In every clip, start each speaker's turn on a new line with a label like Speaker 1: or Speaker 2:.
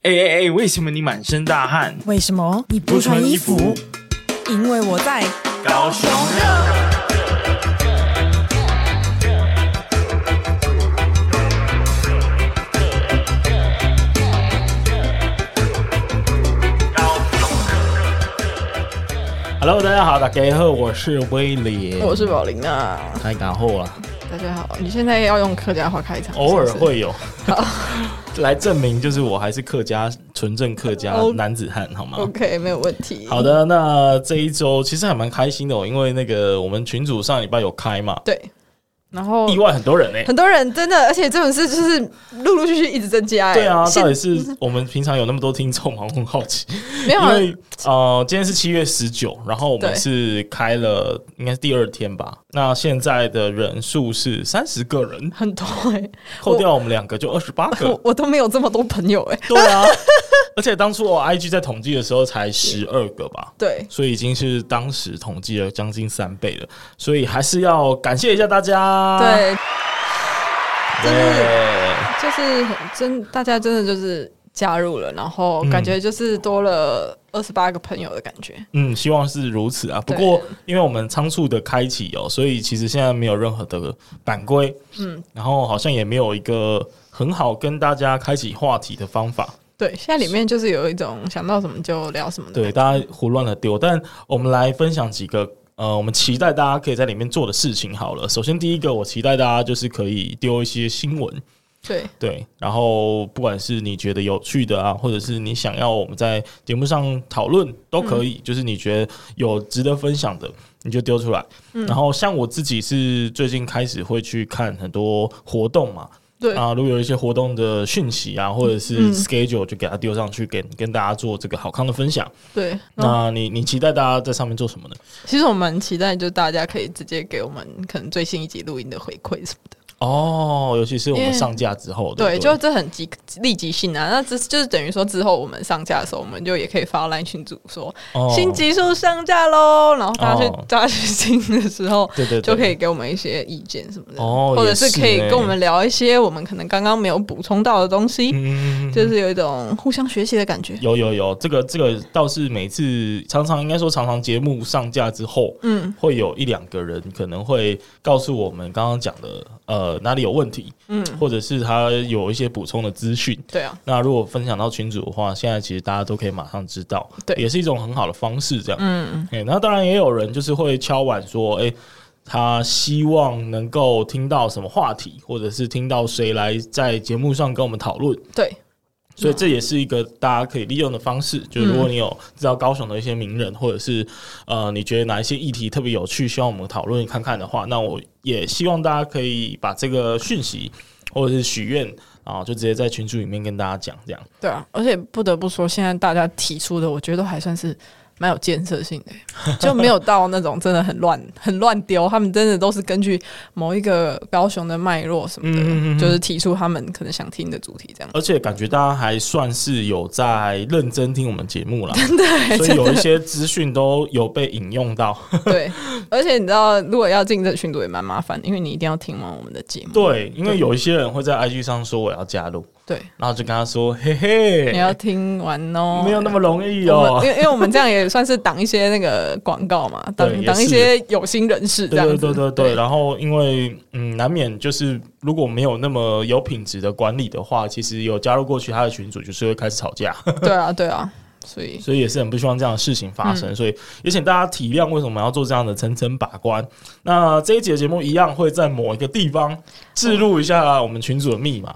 Speaker 1: 哎哎哎，为什么你满身大汗？
Speaker 2: 为什么你不穿衣服？哦因为我在。
Speaker 1: 高雄
Speaker 3: ？Hello，大家好，大家好，我是威廉，
Speaker 4: 我是宝琳娜，
Speaker 3: 太打后了，
Speaker 4: 大家好。你现在要用客家话开场，
Speaker 3: 偶尔
Speaker 4: 是不是
Speaker 3: 会有来证明，就是我还是客家纯正客家
Speaker 4: 哦
Speaker 3: 男子汉，好吗？
Speaker 4: OK，没有问题。
Speaker 3: 好，的，那这一周其实还蛮开心的、哦，因为那个我们群组上礼拜有开嘛，
Speaker 4: 对。然后
Speaker 3: 意外很多人呢、
Speaker 4: 很多人真的，而且这种事就是陆陆续续一直增加、哎
Speaker 3: 对啊，
Speaker 4: 现
Speaker 3: 到底是我们平常有那么多听众吗？我很好奇，
Speaker 4: 没有
Speaker 3: 因
Speaker 4: 啊
Speaker 3: 为呃，今天是七月十九，然后我们
Speaker 4: 对
Speaker 3: 是开了，应该是第二天吧。那现在的人数是三十个人，
Speaker 4: 很多哎、
Speaker 3: 扣掉我们两个就二十八
Speaker 4: 我
Speaker 3: 个。
Speaker 4: 我都没有这么多朋友哎、
Speaker 3: 对啊， 而且当初我 IG 在统计的时候才十二个吧。
Speaker 4: 对，
Speaker 3: 所以已经是当时统计了将近三倍了，所以还是要感谢一下大家。
Speaker 4: 对，
Speaker 3: 对，
Speaker 4: 就是就是很真，大家真的就是加入了，然后感觉就是多了二十八个朋友的感觉。
Speaker 3: 嗯，希望是如此啊。不
Speaker 4: 对
Speaker 3: 过，因为我们仓促的开启哦，所以其实现在没有任何的版规，嗯，然后好像也没有一个很好跟大家开启话题的方法，
Speaker 4: 对，现在里面就是有一种想到什么就聊什么的。
Speaker 3: 对，大家胡乱的丢。但我们来分享几个。呃，我们期待大家可以在里面做的事情好了。首先，第一个，我期待大家就是可以丢一些新闻，
Speaker 4: 对
Speaker 3: 对，然后不管是你觉得有趣的啊，或者是你想要我们在节目上讨论都可
Speaker 4: 嗯
Speaker 3: 以，就是你觉得有值得分享的，你就丢出来。
Speaker 4: 嗯
Speaker 3: 然后像我自己是最近开始会去看很多活动嘛，
Speaker 4: 对
Speaker 3: 啊，如果有一些活动的讯息啊，或者是
Speaker 4: 嗯
Speaker 3: schedule，就给它丢上去，给跟大家做这个好康的分享。
Speaker 4: 对，然后
Speaker 3: 那你你期待大家在上面做什么呢？
Speaker 4: 其实我蛮期待，就是大家可以直接给我们可能最新一集录音的回馈什么的。
Speaker 3: 哦，尤其是我
Speaker 4: 因
Speaker 3: 们
Speaker 4: 为
Speaker 3: 上架之后，
Speaker 4: 对，
Speaker 3: 不
Speaker 4: 就这很即立即性啊。那这就是等于说之后我们上架的时候，我们就也可以发 line 群组说、
Speaker 3: 哦
Speaker 4: 新集数上架喽，然后大家去、
Speaker 3: 哦
Speaker 4: 大家去听的时候，
Speaker 3: 对对对
Speaker 4: 就可以给我们一些意见什么的，
Speaker 3: 哦
Speaker 4: 或者是可以
Speaker 3: 也是欸
Speaker 4: 跟我们聊一些我们可能刚刚没有补充到的东西，
Speaker 3: 嗯
Speaker 4: 就是有一种互相学习的感觉。
Speaker 3: 有有有，这个这个倒是每次常常应该说常常节目上架之后，
Speaker 4: 嗯，
Speaker 3: 会有一两个人可能会告诉我们刚刚讲的呃哪里有问题，嗯，或者是他有一些补充的资讯。
Speaker 4: 对啊，
Speaker 3: 那如果分享到群组的话，现在其实大家都可以马上知道，
Speaker 4: 对
Speaker 3: 也是一种很好的方式。这样，嗯，哎、那当然也有人就是会敲碗说，哎、他希望能够听到什么话题，或者是听到谁来在节目上跟我们讨论。
Speaker 4: 对
Speaker 3: 所以这也是一个大家可以利用的方式，就是如果你有知道高雄的一些名人，或者是呃你觉得哪一些议题特别有趣，希望我们讨论看看的话，那我也希望大家可以把这个讯息或者是许愿啊，就直接在群组里面跟大家讲，这样
Speaker 4: 对啊，而且不得不说，现在大家提出的，我觉得都还算是蛮有建设性的欸、 就没有到那种真的很乱、很乱丢。他们真的都是根据某一个高雄的脉络什么的，
Speaker 3: 嗯嗯嗯嗯
Speaker 4: 就是提出他们可能想听的主题这样。
Speaker 3: 而且感觉大家还算是有在认真听我们节 目啦，对，所以有一些资讯都有被引用到。
Speaker 4: 对， 而且你知道，如果要进这群组也蛮麻烦的，因为你一定要听完我们的节目。
Speaker 3: 对，因为有一些人会在 IG 上说我要加入，
Speaker 4: 对，
Speaker 3: 然后就跟他说嘿嘿，
Speaker 4: 你要听完哦，
Speaker 3: 没有那么容易
Speaker 4: 我
Speaker 3: 哦
Speaker 4: 们。因为因为我们这样也算是挡一些那个广告嘛，挡
Speaker 3: 对也是
Speaker 4: 挡一些有心人士这
Speaker 3: 对
Speaker 4: 样
Speaker 3: 对
Speaker 4: 子。
Speaker 3: 对对对，然后因为嗯，难免就是如果没有那么有品质的管理的话，其实有加入过其他的群组，就是会开始吵架，
Speaker 4: 对啊，对啊，所以
Speaker 3: 所以也是很不希望这样的事情发
Speaker 4: 嗯
Speaker 3: 生，所以也请大家体谅为什么要做这样的层层把关。那这一节节目一样会在某一个地方置入一下我们群组的密码，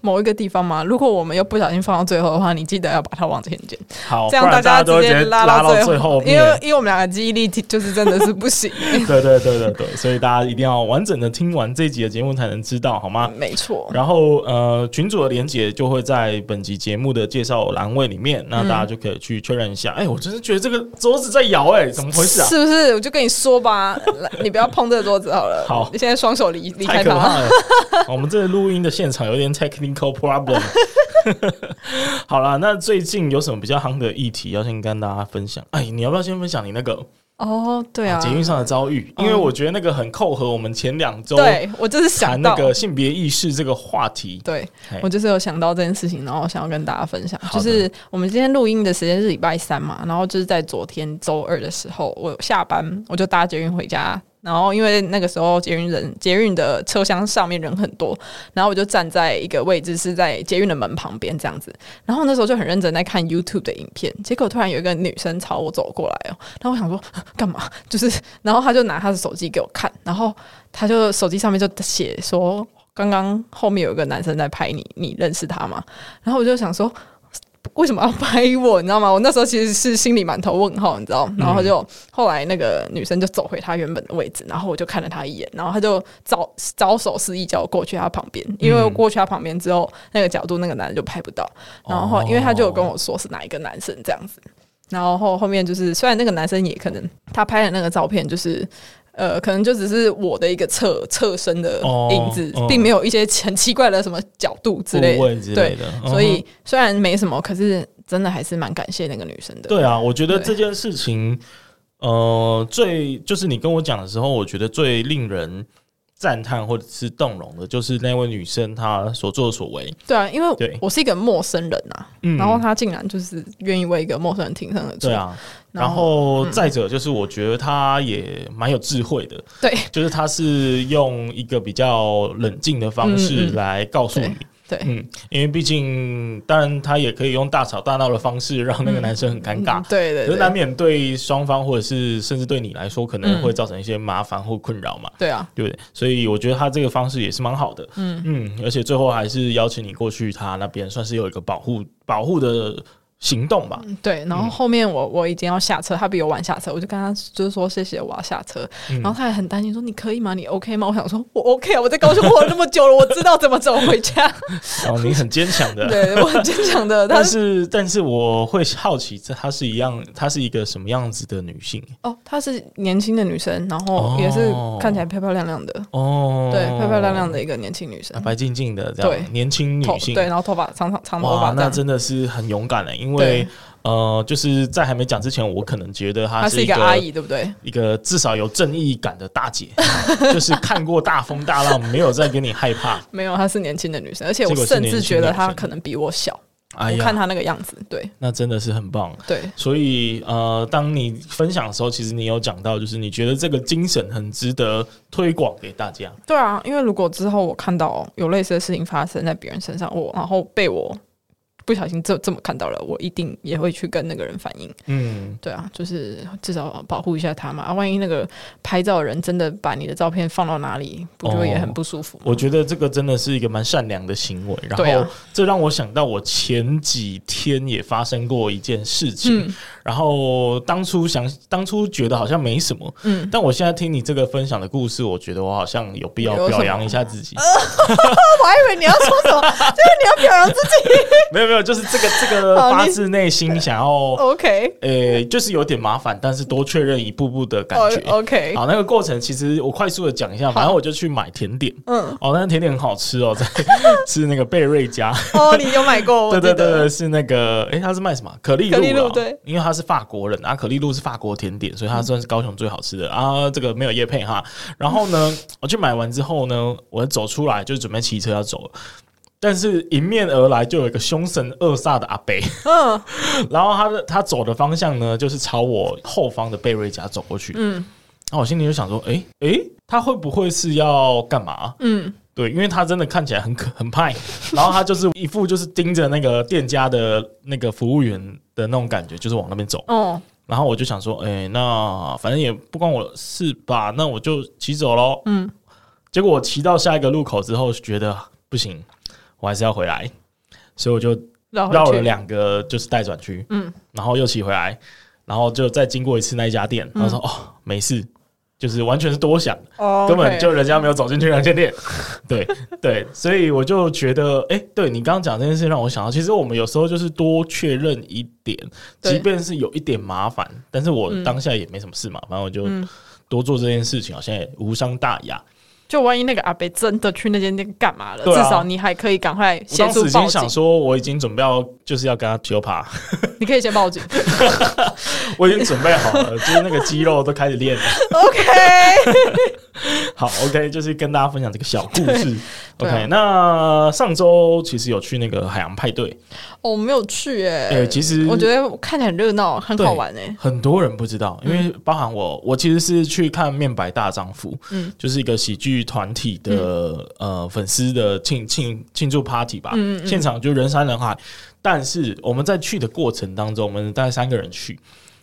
Speaker 4: 某一个地方嘛。如果我们又不小心放到最后的话，你记得要把它往前剪，
Speaker 3: 好，
Speaker 4: 这
Speaker 3: 哦不
Speaker 4: 样
Speaker 3: 然大
Speaker 4: 家
Speaker 3: 都会
Speaker 4: 直
Speaker 3: 直接
Speaker 4: 拉
Speaker 3: 拉到最
Speaker 4: 最
Speaker 3: 后
Speaker 4: 因
Speaker 3: 面。
Speaker 4: 为因为我们两个记忆力就是真的是 不行、
Speaker 3: 对对对对对，所以大家一定要完整的听完这一集的节目才能知道，好吗？
Speaker 4: 没错，
Speaker 3: 然后呃，群组的连接就会在本集节目的介绍栏位里面，那
Speaker 4: 嗯
Speaker 3: 大家就可以去确认一下。哎、我真是觉得这个桌子在摇，哎，怎么回事啊？
Speaker 4: 是不是？我就跟你说吧，来你不要碰这个桌子好了。
Speaker 3: 好
Speaker 4: 你现在双手离离
Speaker 3: 太
Speaker 4: 开
Speaker 3: 可
Speaker 4: 它。
Speaker 3: 怕 了！哦我们这个录音的现场有点 technical problem。好啦，那最近有什么比较夯的议题要先跟大家分享？哎，你要不要先分享你那个？
Speaker 4: 哦，对啊，嗯
Speaker 3: 捷运上的遭遇，因为我觉得那个很扣合我们前两周
Speaker 4: 对我就是
Speaker 3: 谈
Speaker 4: 想
Speaker 3: 那
Speaker 4: 到，
Speaker 3: 个性别意识这个话题。哎
Speaker 4: 对
Speaker 3: 嘿
Speaker 4: 我就是有想到这件事情，然后想要跟大家分享，
Speaker 3: 好
Speaker 4: 就
Speaker 3: 的
Speaker 4: 是我们今天录音的时间是礼拜三嘛，然后就是在昨天周二的时候，我下班我就搭捷运回家。然后，因为那个时候捷运人捷运的车厢上面人很多，然后我就站在一个位置，是在捷运的门旁边这样子。然后那时候就很认真在看 YouTube 的影片，结果突然有一个女生朝我走过来哦，然后我想说啊干嘛？就是，然后她就拿她的手机给我看，然后她就手机上面就写说，刚刚后面有一个男生在拍你，你认识他吗？然后我就想说。为什么要拍我？你知道吗？我那时候其实是心里满头问号，你知
Speaker 3: 嗯
Speaker 4: 道？然后就、后来那个女生就走回她原本的位置，然后我就看了她一眼，然后她就招招手示意叫我过去她旁边，因
Speaker 3: 嗯
Speaker 4: 为我过去她旁边之后，那个角度那个男的就拍不到。
Speaker 3: 哦
Speaker 4: 然后后因为她就有跟我说是哪一个男生这样子，然后后后面就是虽然那个男生也可能他拍的那个照片就是。呃，可能就只是我的一个侧侧身的
Speaker 3: 哦
Speaker 4: 影子，
Speaker 3: 嗯
Speaker 4: 并没有一些很奇怪的什么角度之类
Speaker 3: 部位
Speaker 4: 的，
Speaker 3: 之类
Speaker 4: 对，
Speaker 3: 的，嗯哼
Speaker 4: 所以虽然没什么，可是真的还是蛮感谢那个女生的。
Speaker 3: 对啊，我觉得
Speaker 4: 对
Speaker 3: 这件事情，呃，最就是你跟我讲的时候，我觉得最令人赞叹或者是动容的，就是那位女生她所作所为。
Speaker 4: 对啊，因
Speaker 3: 对
Speaker 4: 为我是一个陌生人啊，
Speaker 3: 嗯
Speaker 4: 然后她竟然就是愿意为一个陌生人挺身而出。
Speaker 3: 对啊，
Speaker 4: 然嗯
Speaker 3: 然后再者就是，我觉得她也蛮有智慧的，
Speaker 4: 对
Speaker 3: 就是她是用一个比较冷静的方式
Speaker 4: 嗯嗯
Speaker 3: 来告诉
Speaker 4: 对
Speaker 3: 你。
Speaker 4: 对，
Speaker 3: 嗯，因为毕竟，当然她也可以用大吵大闹的方式让那个男生很尴尬
Speaker 4: 嗯， 对对
Speaker 3: 可是
Speaker 4: 对
Speaker 3: 难免对双方或者是甚至对你来说，可能
Speaker 4: 嗯
Speaker 3: 会造成一些麻烦或困扰嘛，
Speaker 4: 对啊，
Speaker 3: 对不对？所以我觉得他这个方式也是蛮好的，嗯而且最后还是邀请你过去他那边，算是有一个保护保护的行动吧。
Speaker 4: 对，然后后面我我已经要下车，他比我晚下车，我就跟他就是说谢谢，我要下车。
Speaker 3: 嗯
Speaker 4: 然后他还很担心说你可以吗？你 OK 吗？我想说我 OK 啊，我在高雄活了那么久了，我知道怎么走回 家。
Speaker 3: 然后你很坚强的，
Speaker 4: 对我很坚强的，他
Speaker 3: 但是但是我会好奇，这她是一样，她是一个什么样子的女性？
Speaker 4: 哦，她是年轻的女生，然后也是看起来漂漂亮亮的，
Speaker 3: 哦，
Speaker 4: 对，漂漂亮亮的一个年轻女生
Speaker 3: 啊，，白净净的这样
Speaker 4: 对，
Speaker 3: 年轻女
Speaker 4: 头
Speaker 3: 性，
Speaker 4: 对，然后头发长长长头
Speaker 3: 哇
Speaker 4: 发，这
Speaker 3: 那
Speaker 4: 样。
Speaker 3: 真的是很勇敢了，因为
Speaker 4: 对
Speaker 3: 呃，就是在还没讲之前，我可能觉得她
Speaker 4: 她
Speaker 3: 是
Speaker 4: 是
Speaker 3: 一
Speaker 4: 一
Speaker 3: 个
Speaker 4: 个阿姨，，对不对？
Speaker 3: 一个至少有正义感的大姐， 就是看过大风大浪，没有再给你害 怕。
Speaker 4: 没有，她是年轻的女生，而且
Speaker 3: 结
Speaker 4: 我
Speaker 3: 果是
Speaker 4: 甚
Speaker 3: 年
Speaker 4: 至
Speaker 3: 轻
Speaker 4: 觉得
Speaker 3: 女
Speaker 4: 她
Speaker 3: 生
Speaker 4: 可能比我小。
Speaker 3: 哎
Speaker 4: 我看
Speaker 3: 呀，
Speaker 4: 她那个样子，对
Speaker 3: 那真的是很棒。
Speaker 4: 对
Speaker 3: 所以呃，当你分享的时候，其实你有讲到，就是你觉得这个精神很值得推广给大家。
Speaker 4: 对啊！因为如果之后我看到有类似的事情发生在别人身上，我然后被我不小心这这么看到了，我一定也会去跟那个人反映。
Speaker 3: 嗯，
Speaker 4: 对啊，就是至少保护一下他嘛。啊，万一那个拍照的人真的把你的照片放到哪里，不就也很不舒服吗？
Speaker 3: 哦我觉得这个真的是一个蛮善良的行为。然
Speaker 4: 对啊
Speaker 3: 后这让我想到，我前几天也发生过一件事情。
Speaker 4: 嗯
Speaker 3: 然后当初想，当初觉得好像没什么，
Speaker 4: 嗯
Speaker 3: 但我现在听你这个分享的故事，我觉得我好像有必要
Speaker 4: 有什么呃
Speaker 3: 表扬一下自己。
Speaker 4: 我还以为你要说什么， 就是你要表扬自己。
Speaker 3: 没有没有，就是这个这个
Speaker 4: 好
Speaker 3: 发
Speaker 4: 你哦
Speaker 3: 自内心想要，
Speaker 4: OK，
Speaker 3: 呃，就是有点麻烦，但是多确认一步步的感
Speaker 4: 哦
Speaker 3: 觉。
Speaker 4: OK，
Speaker 3: 好，那个过程其实我快速的讲一下，反正我就去买甜点，
Speaker 4: 嗯，
Speaker 3: 哦，那个甜点很好吃哦，在 吃那个贝瑞家，
Speaker 4: 哦，你有买过？我
Speaker 3: 对
Speaker 4: 记
Speaker 3: 对
Speaker 4: 得
Speaker 3: 对对，是那个，诶，他是卖什么？可丽露
Speaker 4: 可丽
Speaker 3: 啦
Speaker 4: 露对，
Speaker 3: 因为他是法国人啊，可丽露是法国甜点，所以它算是高雄最好吃的啊。这个没有叶配哈。然后呢，我去买完之后呢，我走出来就准备骑车要走了。但是迎面而来就有一个凶神恶煞的阿伯，
Speaker 4: 嗯，
Speaker 3: 然后他的他走的方向呢，就是朝我后方的贝瑞家走过去。嗯，然后我心里就想说，诶诶，他会不会是要干嘛？
Speaker 4: 嗯，
Speaker 3: 对，因为他真的看起来很可很 派，然后他就是一副就是盯着那个店家的那个服务员的那种感觉，就是往那边走。
Speaker 4: 哦，
Speaker 3: 然后我就想说，哎、那反正也不关我的事吧，那我就骑走喽。
Speaker 4: 嗯，
Speaker 3: 结果我骑到下一个路口之后，觉得啊不行，我还是要回来，所以我就
Speaker 4: 绕回
Speaker 3: 绕
Speaker 4: 哦去
Speaker 3: 了两个就是待转区，嗯，然后又骑回来，然后就再经过一次那一家店，
Speaker 4: 嗯
Speaker 3: 然后说、哦没事，就是完全是多想，
Speaker 4: 哦
Speaker 3: 根本就人家没有走进去那间店， 对对，所以我就觉得，哎、对你刚刚讲这件事让我想到，其实我们有时候就是多确认一点，
Speaker 4: 对嗯
Speaker 3: 即便是有一点麻烦，但是我当下也没什么事嘛，反正我就多做这件事情，好像也无伤大雅。
Speaker 4: 就万一那个阿北真的去那间店干嘛了，
Speaker 3: 对啊
Speaker 4: 至少你还可以赶快
Speaker 3: 我
Speaker 4: 协
Speaker 3: 当
Speaker 4: 助
Speaker 3: 时已
Speaker 4: 报
Speaker 3: 经想
Speaker 4: 警。
Speaker 3: 说，我已经准备要就是要跟他纠爬，
Speaker 4: 你可以先报警。
Speaker 3: 我已经准备好了，就是那个肌肉都开始练了。
Speaker 4: OK，
Speaker 3: 好，OK，就是 跟大家分享这个小故事。
Speaker 4: 对
Speaker 3: OK，、
Speaker 4: 啊
Speaker 3: 那上周其实有去那个海洋派对，
Speaker 4: 哦我没有去诶、
Speaker 3: 呃，其实
Speaker 4: 我觉得看起来很热闹，很
Speaker 3: 对
Speaker 4: 好玩欸嗯诶、
Speaker 3: 很多人不知道，因为包含我，我其实是去看《面白大丈夫》，
Speaker 4: 嗯
Speaker 3: 就是一个喜剧团体的、呃粉丝的庆庆庆祝 party 吧，
Speaker 4: 嗯嗯
Speaker 3: 现场就人山人海。但是我们在去的过程当中，我们大概三个人去，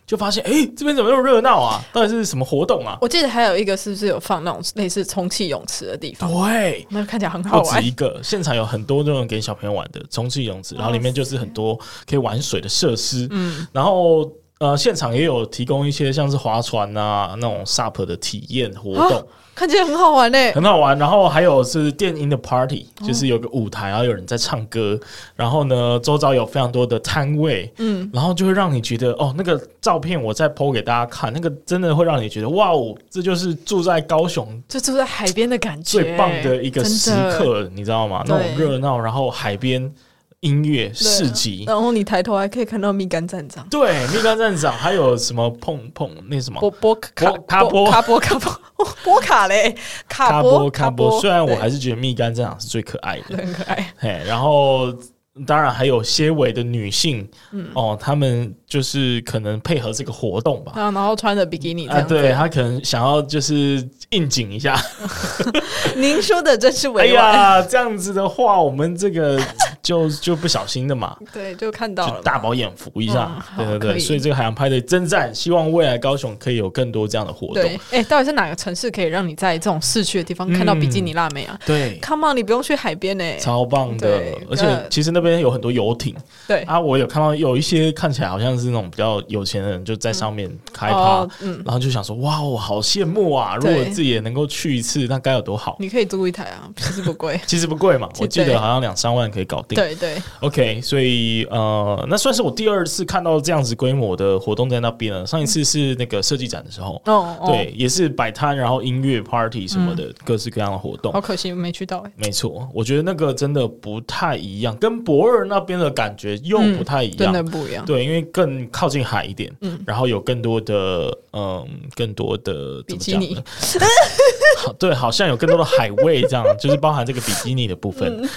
Speaker 3: 就发现哎、诶这边怎么那么热闹啊？到底是什么活动啊？
Speaker 4: 我记得还有一个是不是有放那种类似充气泳池的地方？
Speaker 3: 对，
Speaker 4: 那看起来很 好
Speaker 3: 哦不止
Speaker 4: 玩
Speaker 3: 一。个，现场有很多那种给小朋友玩的充气泳池，然后里面就是很多可以玩水的设施，
Speaker 4: 哦嗯，
Speaker 3: 然后呃，现场也有提供一些像是划船啊那种 SUP 的体验活动，
Speaker 4: 看起来很好玩诶、
Speaker 3: 很好玩。然后还有是电音的 party，就是
Speaker 4: 哦
Speaker 3: 有个舞台，然后有人在唱歌，然后呢，周遭有非常多的摊位，
Speaker 4: 嗯，
Speaker 3: 然后就会让你觉得哦，那个照片我再 PO 给大家看，那个真的会让你觉得哇哦，这就是住在高雄
Speaker 4: 就住在海边的感觉、
Speaker 3: 最棒的一个时
Speaker 4: 真的。
Speaker 3: 刻，你知道吗？
Speaker 4: 对
Speaker 3: 那种热闹，然后海边音乐市集。
Speaker 4: 然后你抬头还可以看到蜜柑站长。
Speaker 3: 对，蜜柑站长还有什么碰碰那什么
Speaker 4: 波波卡
Speaker 3: 波卡波
Speaker 4: 卡波 卡波哦波卡嘞，
Speaker 3: 卡
Speaker 4: 卡
Speaker 3: 波
Speaker 4: 波
Speaker 3: 卡波，虽然我还
Speaker 4: 是
Speaker 3: 是觉得蜜柑站长是最可爱的，
Speaker 4: 很可爱，
Speaker 3: 嘿，然后当然还有些微的女性，
Speaker 4: 嗯
Speaker 3: 哦，她们就是可能配合这个活动吧，
Speaker 4: 啊然后然后穿着比基尼这
Speaker 3: 啊，
Speaker 4: 样子。
Speaker 3: 对她可能想要就是应景一下，
Speaker 4: 您说的真是
Speaker 3: 哎
Speaker 4: 委婉，
Speaker 3: 呀，这样子的话，我们这个就就不小心的嘛。
Speaker 4: 对，就看到
Speaker 3: 就
Speaker 4: 了。
Speaker 3: 大饱眼福一下，
Speaker 4: 嗯
Speaker 3: 对
Speaker 4: 好
Speaker 3: 对
Speaker 4: 可
Speaker 3: 对，
Speaker 4: 以
Speaker 3: 所以这个海洋派对征战，希望未来高雄可以有更多这样的活
Speaker 4: 对
Speaker 3: 动。，
Speaker 4: 哎，到底是哪个城市可以让你在这种市区的地方看到比基尼辣妹啊
Speaker 3: 对，
Speaker 4: ？Come on，你不用去海边欸呢。
Speaker 3: 嗯超棒的
Speaker 4: 对，
Speaker 3: 而且
Speaker 4: 那
Speaker 3: 其实那边有很多游艇，
Speaker 4: 对，
Speaker 3: 啊，我有看到有一些看起来好像是那种比较有钱的人，就在上面开趴，
Speaker 4: 哦嗯，
Speaker 3: 然后就想说，哇，我好羡慕啊！如
Speaker 4: 对
Speaker 3: 果自己也能够去一次，那该有多好。。
Speaker 4: 你可以租一台啊，其实不贵
Speaker 3: 其实不贵嘛，
Speaker 4: 其
Speaker 3: 我记
Speaker 4: 对
Speaker 3: 得好像两三万可以搞定。
Speaker 4: 对对，
Speaker 3: OK，所以呃，那算是我第二次看到这样子规模的活动在那边了。上一次是那个设计展的时候，
Speaker 4: 哦哦，
Speaker 3: 对，也是摆摊，然后音乐 party 什么的，各式各样的活动
Speaker 4: 好。可惜没去到哎。
Speaker 3: 没错，我觉得那个真的不太一样，跟博尔那边的感觉又
Speaker 4: 嗯
Speaker 3: 不太一样。
Speaker 4: 真的嗯不一样。
Speaker 3: 对，因为更靠近海一点，然后有更多的嗯，更多的怎
Speaker 4: 比
Speaker 3: 么
Speaker 4: 基
Speaker 3: 讲
Speaker 4: 尼
Speaker 3: 呢？好，对，好像有更多的海味， 这样就是包含这个比基尼的部分。
Speaker 4: 嗯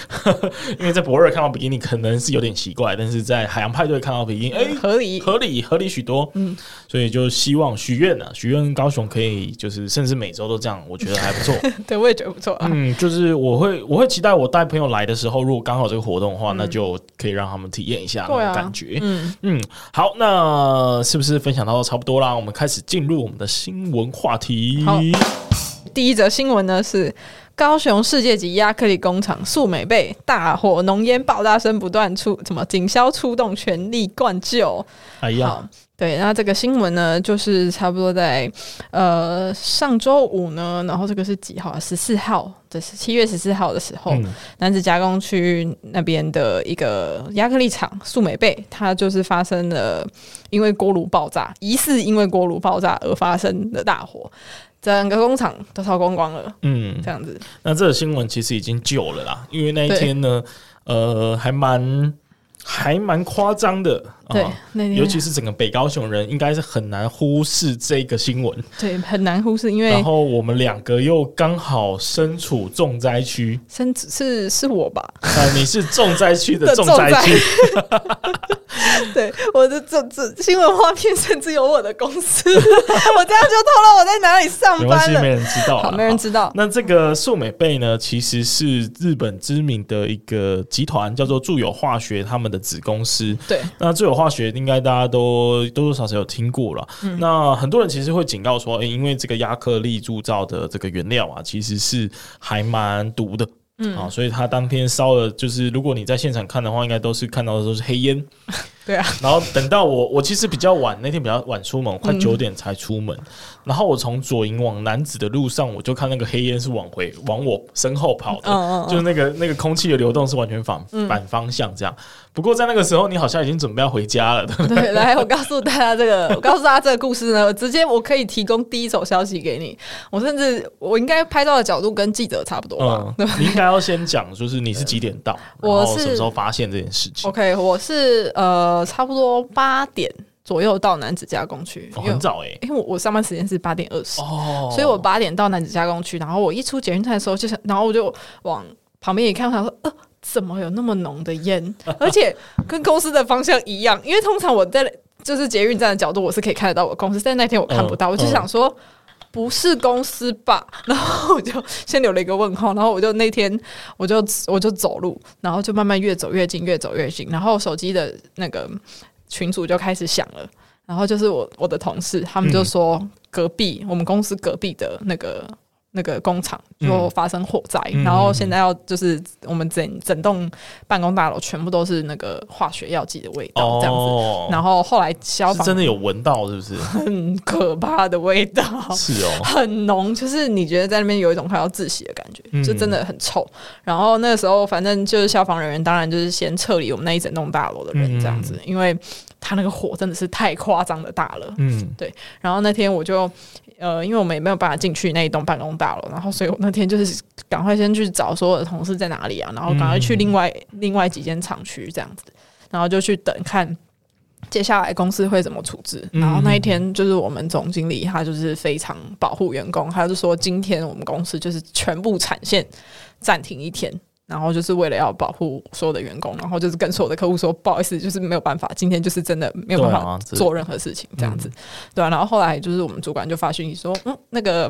Speaker 3: 因为在博尔看到比基尼可能是有点奇怪，但是在海洋派对看到比基尼，哎、
Speaker 4: 合理
Speaker 3: 合理合理许多，嗯，所以就希望许愿呢，许愿高雄可以就是甚至每周都这样，我觉得还不错。
Speaker 4: 对，我也觉得不错 啊。
Speaker 3: 嗯，就是我会我会期待我带朋友来的时候，如果刚好这个活动的话，那就可以让他们体验一下那
Speaker 4: 嗯对
Speaker 3: 种
Speaker 4: 啊
Speaker 3: 感觉。
Speaker 4: 嗯，
Speaker 3: 嗯，好，那是不是分享到差不多啦？我们开始进入我们的新闻话题。
Speaker 4: 好第一则新闻呢是高雄世界级亚克力工厂素美被大火浓烟爆炸声不断出，怎么警消出动全力灌救？
Speaker 3: 哎呀，
Speaker 4: 好，对，那这个新闻呢，就是差不多在呃上周五呢，然后这个是几号啊？十四号，这是七月十四号的时候，
Speaker 3: 嗯，
Speaker 4: 男子加工区那边的一个亚克力厂素美贝，它就是发生了因为锅炉爆炸，疑似因为锅炉爆炸而发生的大火，整个工厂都烧光光了，
Speaker 3: 嗯
Speaker 4: 这，样子。
Speaker 3: 那这个新闻其实已经旧了啦，因为那一天呢，呃，还蛮还蛮夸张的，
Speaker 4: 对
Speaker 3: 啊，
Speaker 4: 那天
Speaker 3: 尤其是整个北高雄人，应该是很难忽视这个新闻。
Speaker 4: 对很难忽视，因
Speaker 3: 然
Speaker 4: 为
Speaker 3: 后我们两个又刚好身处重灾区，
Speaker 4: 甚至是是我吧，
Speaker 3: 啊，你是重灾区 的
Speaker 4: 的
Speaker 3: 重
Speaker 4: 重
Speaker 3: 灾区，
Speaker 4: 对我的这这新闻画面甚至有我的公司， 我这样就透露我在哪里上
Speaker 3: 没关系，
Speaker 4: 班
Speaker 3: 没
Speaker 4: 了。
Speaker 3: 人知道啦，
Speaker 4: 好，没人知道。
Speaker 3: 那这个素美贝呢，其实是日本知名的一个集团，叫做住友化学，他们的子公司。
Speaker 4: 对，
Speaker 3: 那住友化学应该大家都多多少少有听过了。那很多人其实会警告说，诶、因为这个亚克力铸造的这个原料啊，其实是还蛮毒的。嗯啊，所以它当天烧了，就是如果你在现场看的话，应该都是看到的都是黑烟。
Speaker 4: 对啊，
Speaker 3: 然后等到我，我其实比较晚，那天比较晚出门，我快
Speaker 4: 嗯
Speaker 3: 九点才出门。然后我从左营往南子的路上，我就看那个黑烟是往回往我身后跑的，
Speaker 4: 嗯嗯嗯嗯
Speaker 3: 就是那个那个空气的流动是完全反、反方向这样。不过在那个时候，你好像已经准备要回家了，对 嗯不对
Speaker 4: 对，来，我告诉大家这个，我 告诉大家这个故事呢，直接我可以提供第一手消息给你。我甚至我应该拍到的角度跟记者差不多吧？
Speaker 3: 嗯
Speaker 4: 对，
Speaker 3: 你应该要先讲，就是你是几点到，然
Speaker 4: 我
Speaker 3: 后什么
Speaker 4: 是
Speaker 3: 时候发现这件事情。
Speaker 4: OK，我是呃，差不多八点左右到男子加工区，
Speaker 3: 哦
Speaker 4: 因为
Speaker 3: 很早哎，
Speaker 4: 因为我我上班时间是八点二十，
Speaker 3: 哦，
Speaker 4: 所以我八点到男子加工区，然后我一出捷运站的时候，就是，然后我就往旁边一看，我想说，呃，怎么有那么浓的 烟？而且跟公司的方向一样，因为通常我在就是捷运站的角度，我是可以看得到我公司，但那天我看不到，
Speaker 3: 嗯
Speaker 4: 我就想说。不是公司吧？ 然后我就先留了一个问号，然后我就那天我就我就走路，然后就慢慢越走越近，越走越近，然后手机的那个群组就开始响了，然后就是我我的同事，他们
Speaker 3: 嗯
Speaker 4: 就说隔壁、我们公司隔壁的那个那个工厂
Speaker 3: 嗯
Speaker 4: 就发生火灾，
Speaker 3: 嗯
Speaker 4: 然后现在要就是我们整整栋办公大楼全部都是那个化学药剂的味道这样子，
Speaker 3: 哦
Speaker 4: 然后后来消
Speaker 3: 是
Speaker 4: 防
Speaker 3: 真的有闻到是不 是？
Speaker 4: 很可怕的味道，
Speaker 3: 是哦，
Speaker 4: 很浓，就是你觉得在那边有一种快要窒息的感觉，
Speaker 3: 嗯
Speaker 4: 就真的很臭。然后那个时候，反正就是消防人员，当然就是先撤离我们那一整栋大楼的人这样子，因为他那个火真的是太夸张的大了。
Speaker 3: 嗯，
Speaker 4: 然后那天我就呃，因为我们也没有办法进去那一栋办公大楼，然后所以我那天就是赶快先去找所有的同事在哪里啊，然后赶快去另外、另外几间厂区这样子，然后就去等看。接下来公司会怎么处置？
Speaker 3: 嗯
Speaker 4: 然后那一天就是我们总经理，他就是非常保护员工，他就说今天我们公司就是全部产线暂停一天，然后就是为了要保护所有的员工，然后就是跟所有的客户说不好意思，就是没有办法，今天就是真的没有办
Speaker 3: 对
Speaker 4: 法
Speaker 3: 啊嗯这
Speaker 4: 做任何事情这样子。对啊，然后后来就是我们主管就发讯息说，嗯，那个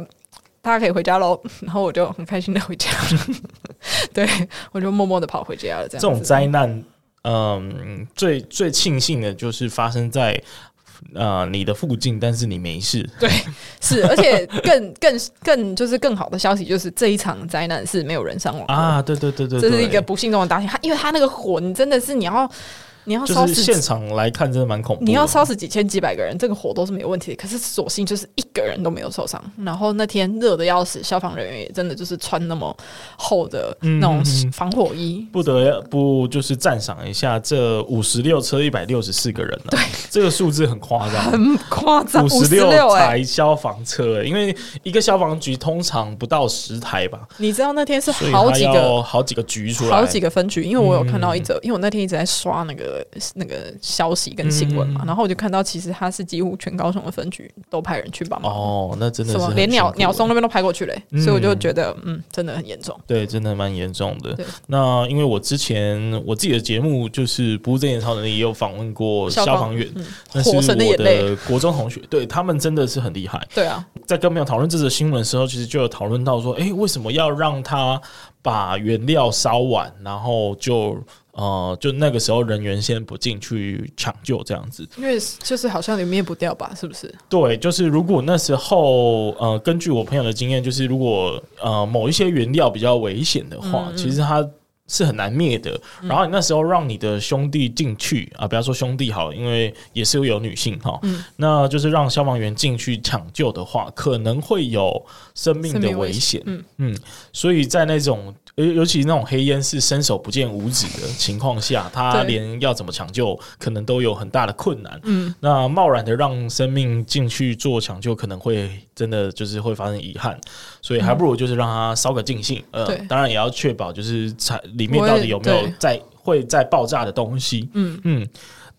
Speaker 4: 大家可以回家喽。 然后我就很开心的回家了， 对我就默默的跑回家了。这样
Speaker 3: 这
Speaker 4: 子
Speaker 3: 种灾难，嗯，最最庆幸的就是发生在呃你的附近，但是你没事。
Speaker 4: 是，而且更更更就是更好的消息就是这一场灾难是没有人伤亡的，
Speaker 3: 啊，对对对对
Speaker 4: 这
Speaker 3: 对，
Speaker 4: 是一个不幸中的大幸。它因为它那个火，你真的是你要你要烧
Speaker 3: 就是
Speaker 4: 死
Speaker 3: 现场来看，真的蛮恐怖的。
Speaker 4: 你要烧死几千几百个人，这个火都是没有问题的。可是所幸就是一个人都没有受伤。然后那天热的要死，消防人员也真的就是穿那么厚的
Speaker 3: 嗯
Speaker 4: 那种
Speaker 3: 嗯嗯
Speaker 4: 防火衣，
Speaker 3: 不得不就是赞赏一下这五十六车一百六十四个人了、对，这个数字很夸 张。
Speaker 4: 很夸张，
Speaker 3: 五十
Speaker 4: 十
Speaker 3: 六
Speaker 4: 六哎！
Speaker 3: 台消防车、欸因为一个消防局通常不到十台吧，
Speaker 4: 你知道那天是
Speaker 3: 所以
Speaker 4: 好
Speaker 3: 它
Speaker 4: 几个。
Speaker 3: 要好几个局出来，嗯
Speaker 4: 好几
Speaker 3: 个
Speaker 4: 个分局，因为我有看到一则，因为我那天一直在刷那个那个消息跟新闻
Speaker 3: 嗯
Speaker 4: 嘛，
Speaker 3: 嗯嗯
Speaker 4: 然后我就看到，其实他是几乎全高雄的分局都派人去帮忙，
Speaker 3: 哦，那真的
Speaker 4: 什
Speaker 3: 是
Speaker 4: 么
Speaker 3: 很
Speaker 4: 连鸟
Speaker 3: 辛苦
Speaker 4: 鸟松那边都派过去嘞、
Speaker 3: 嗯
Speaker 4: 所以我就觉得，嗯，真的很严重。
Speaker 3: 对，真的蛮严重的
Speaker 4: 对。
Speaker 3: 那因为我之前我自己的节目就是《不务正业超能力》，也有访问过消
Speaker 4: 消防
Speaker 3: 防员，那
Speaker 4: 火
Speaker 3: 是
Speaker 4: 神的
Speaker 3: 我
Speaker 4: 眼
Speaker 3: 的
Speaker 4: 泪
Speaker 3: 国中同学，对他们真的是很厉害。
Speaker 4: 对啊，
Speaker 3: 在跟朋友讨论这则新闻的时候，其实就有讨论到说，诶，为什么要让他把原料烧完，然后就呃，就那个时候人员先不进去抢救这样子。
Speaker 4: 因为就是好像也灭不掉吧，是不是？
Speaker 3: 对，就是如果那时候呃，根据我朋友的经验，就是如果呃某一些原料比较危险的话，
Speaker 4: 嗯
Speaker 3: 其实它。是很难灭的。然后你那时候让你的兄弟进去啊，不要说兄弟好了，因为也是有女性哈，
Speaker 4: 嗯
Speaker 3: 那就是让消防员进去抢救的话，可能会有生命的
Speaker 4: 生命
Speaker 3: 危
Speaker 4: 危
Speaker 3: 险
Speaker 4: 险。
Speaker 3: 嗯
Speaker 4: 嗯
Speaker 3: 所以在那种尤尤其那种黑烟是伸手不见五指的情况下，他
Speaker 4: 对
Speaker 3: 连要怎么抢救可能都有很大的困难。
Speaker 4: 嗯，
Speaker 3: 那贸然的让生命进去做抢救，可能会真的就是会发生遗憾，所以还不如就是让它烧个尽兴。呃
Speaker 4: 嗯对，
Speaker 3: 当然也要确保就是产里面
Speaker 4: 不会
Speaker 3: 到底有没有
Speaker 4: 对
Speaker 3: 在会在爆炸的东西。
Speaker 4: 嗯
Speaker 3: 嗯。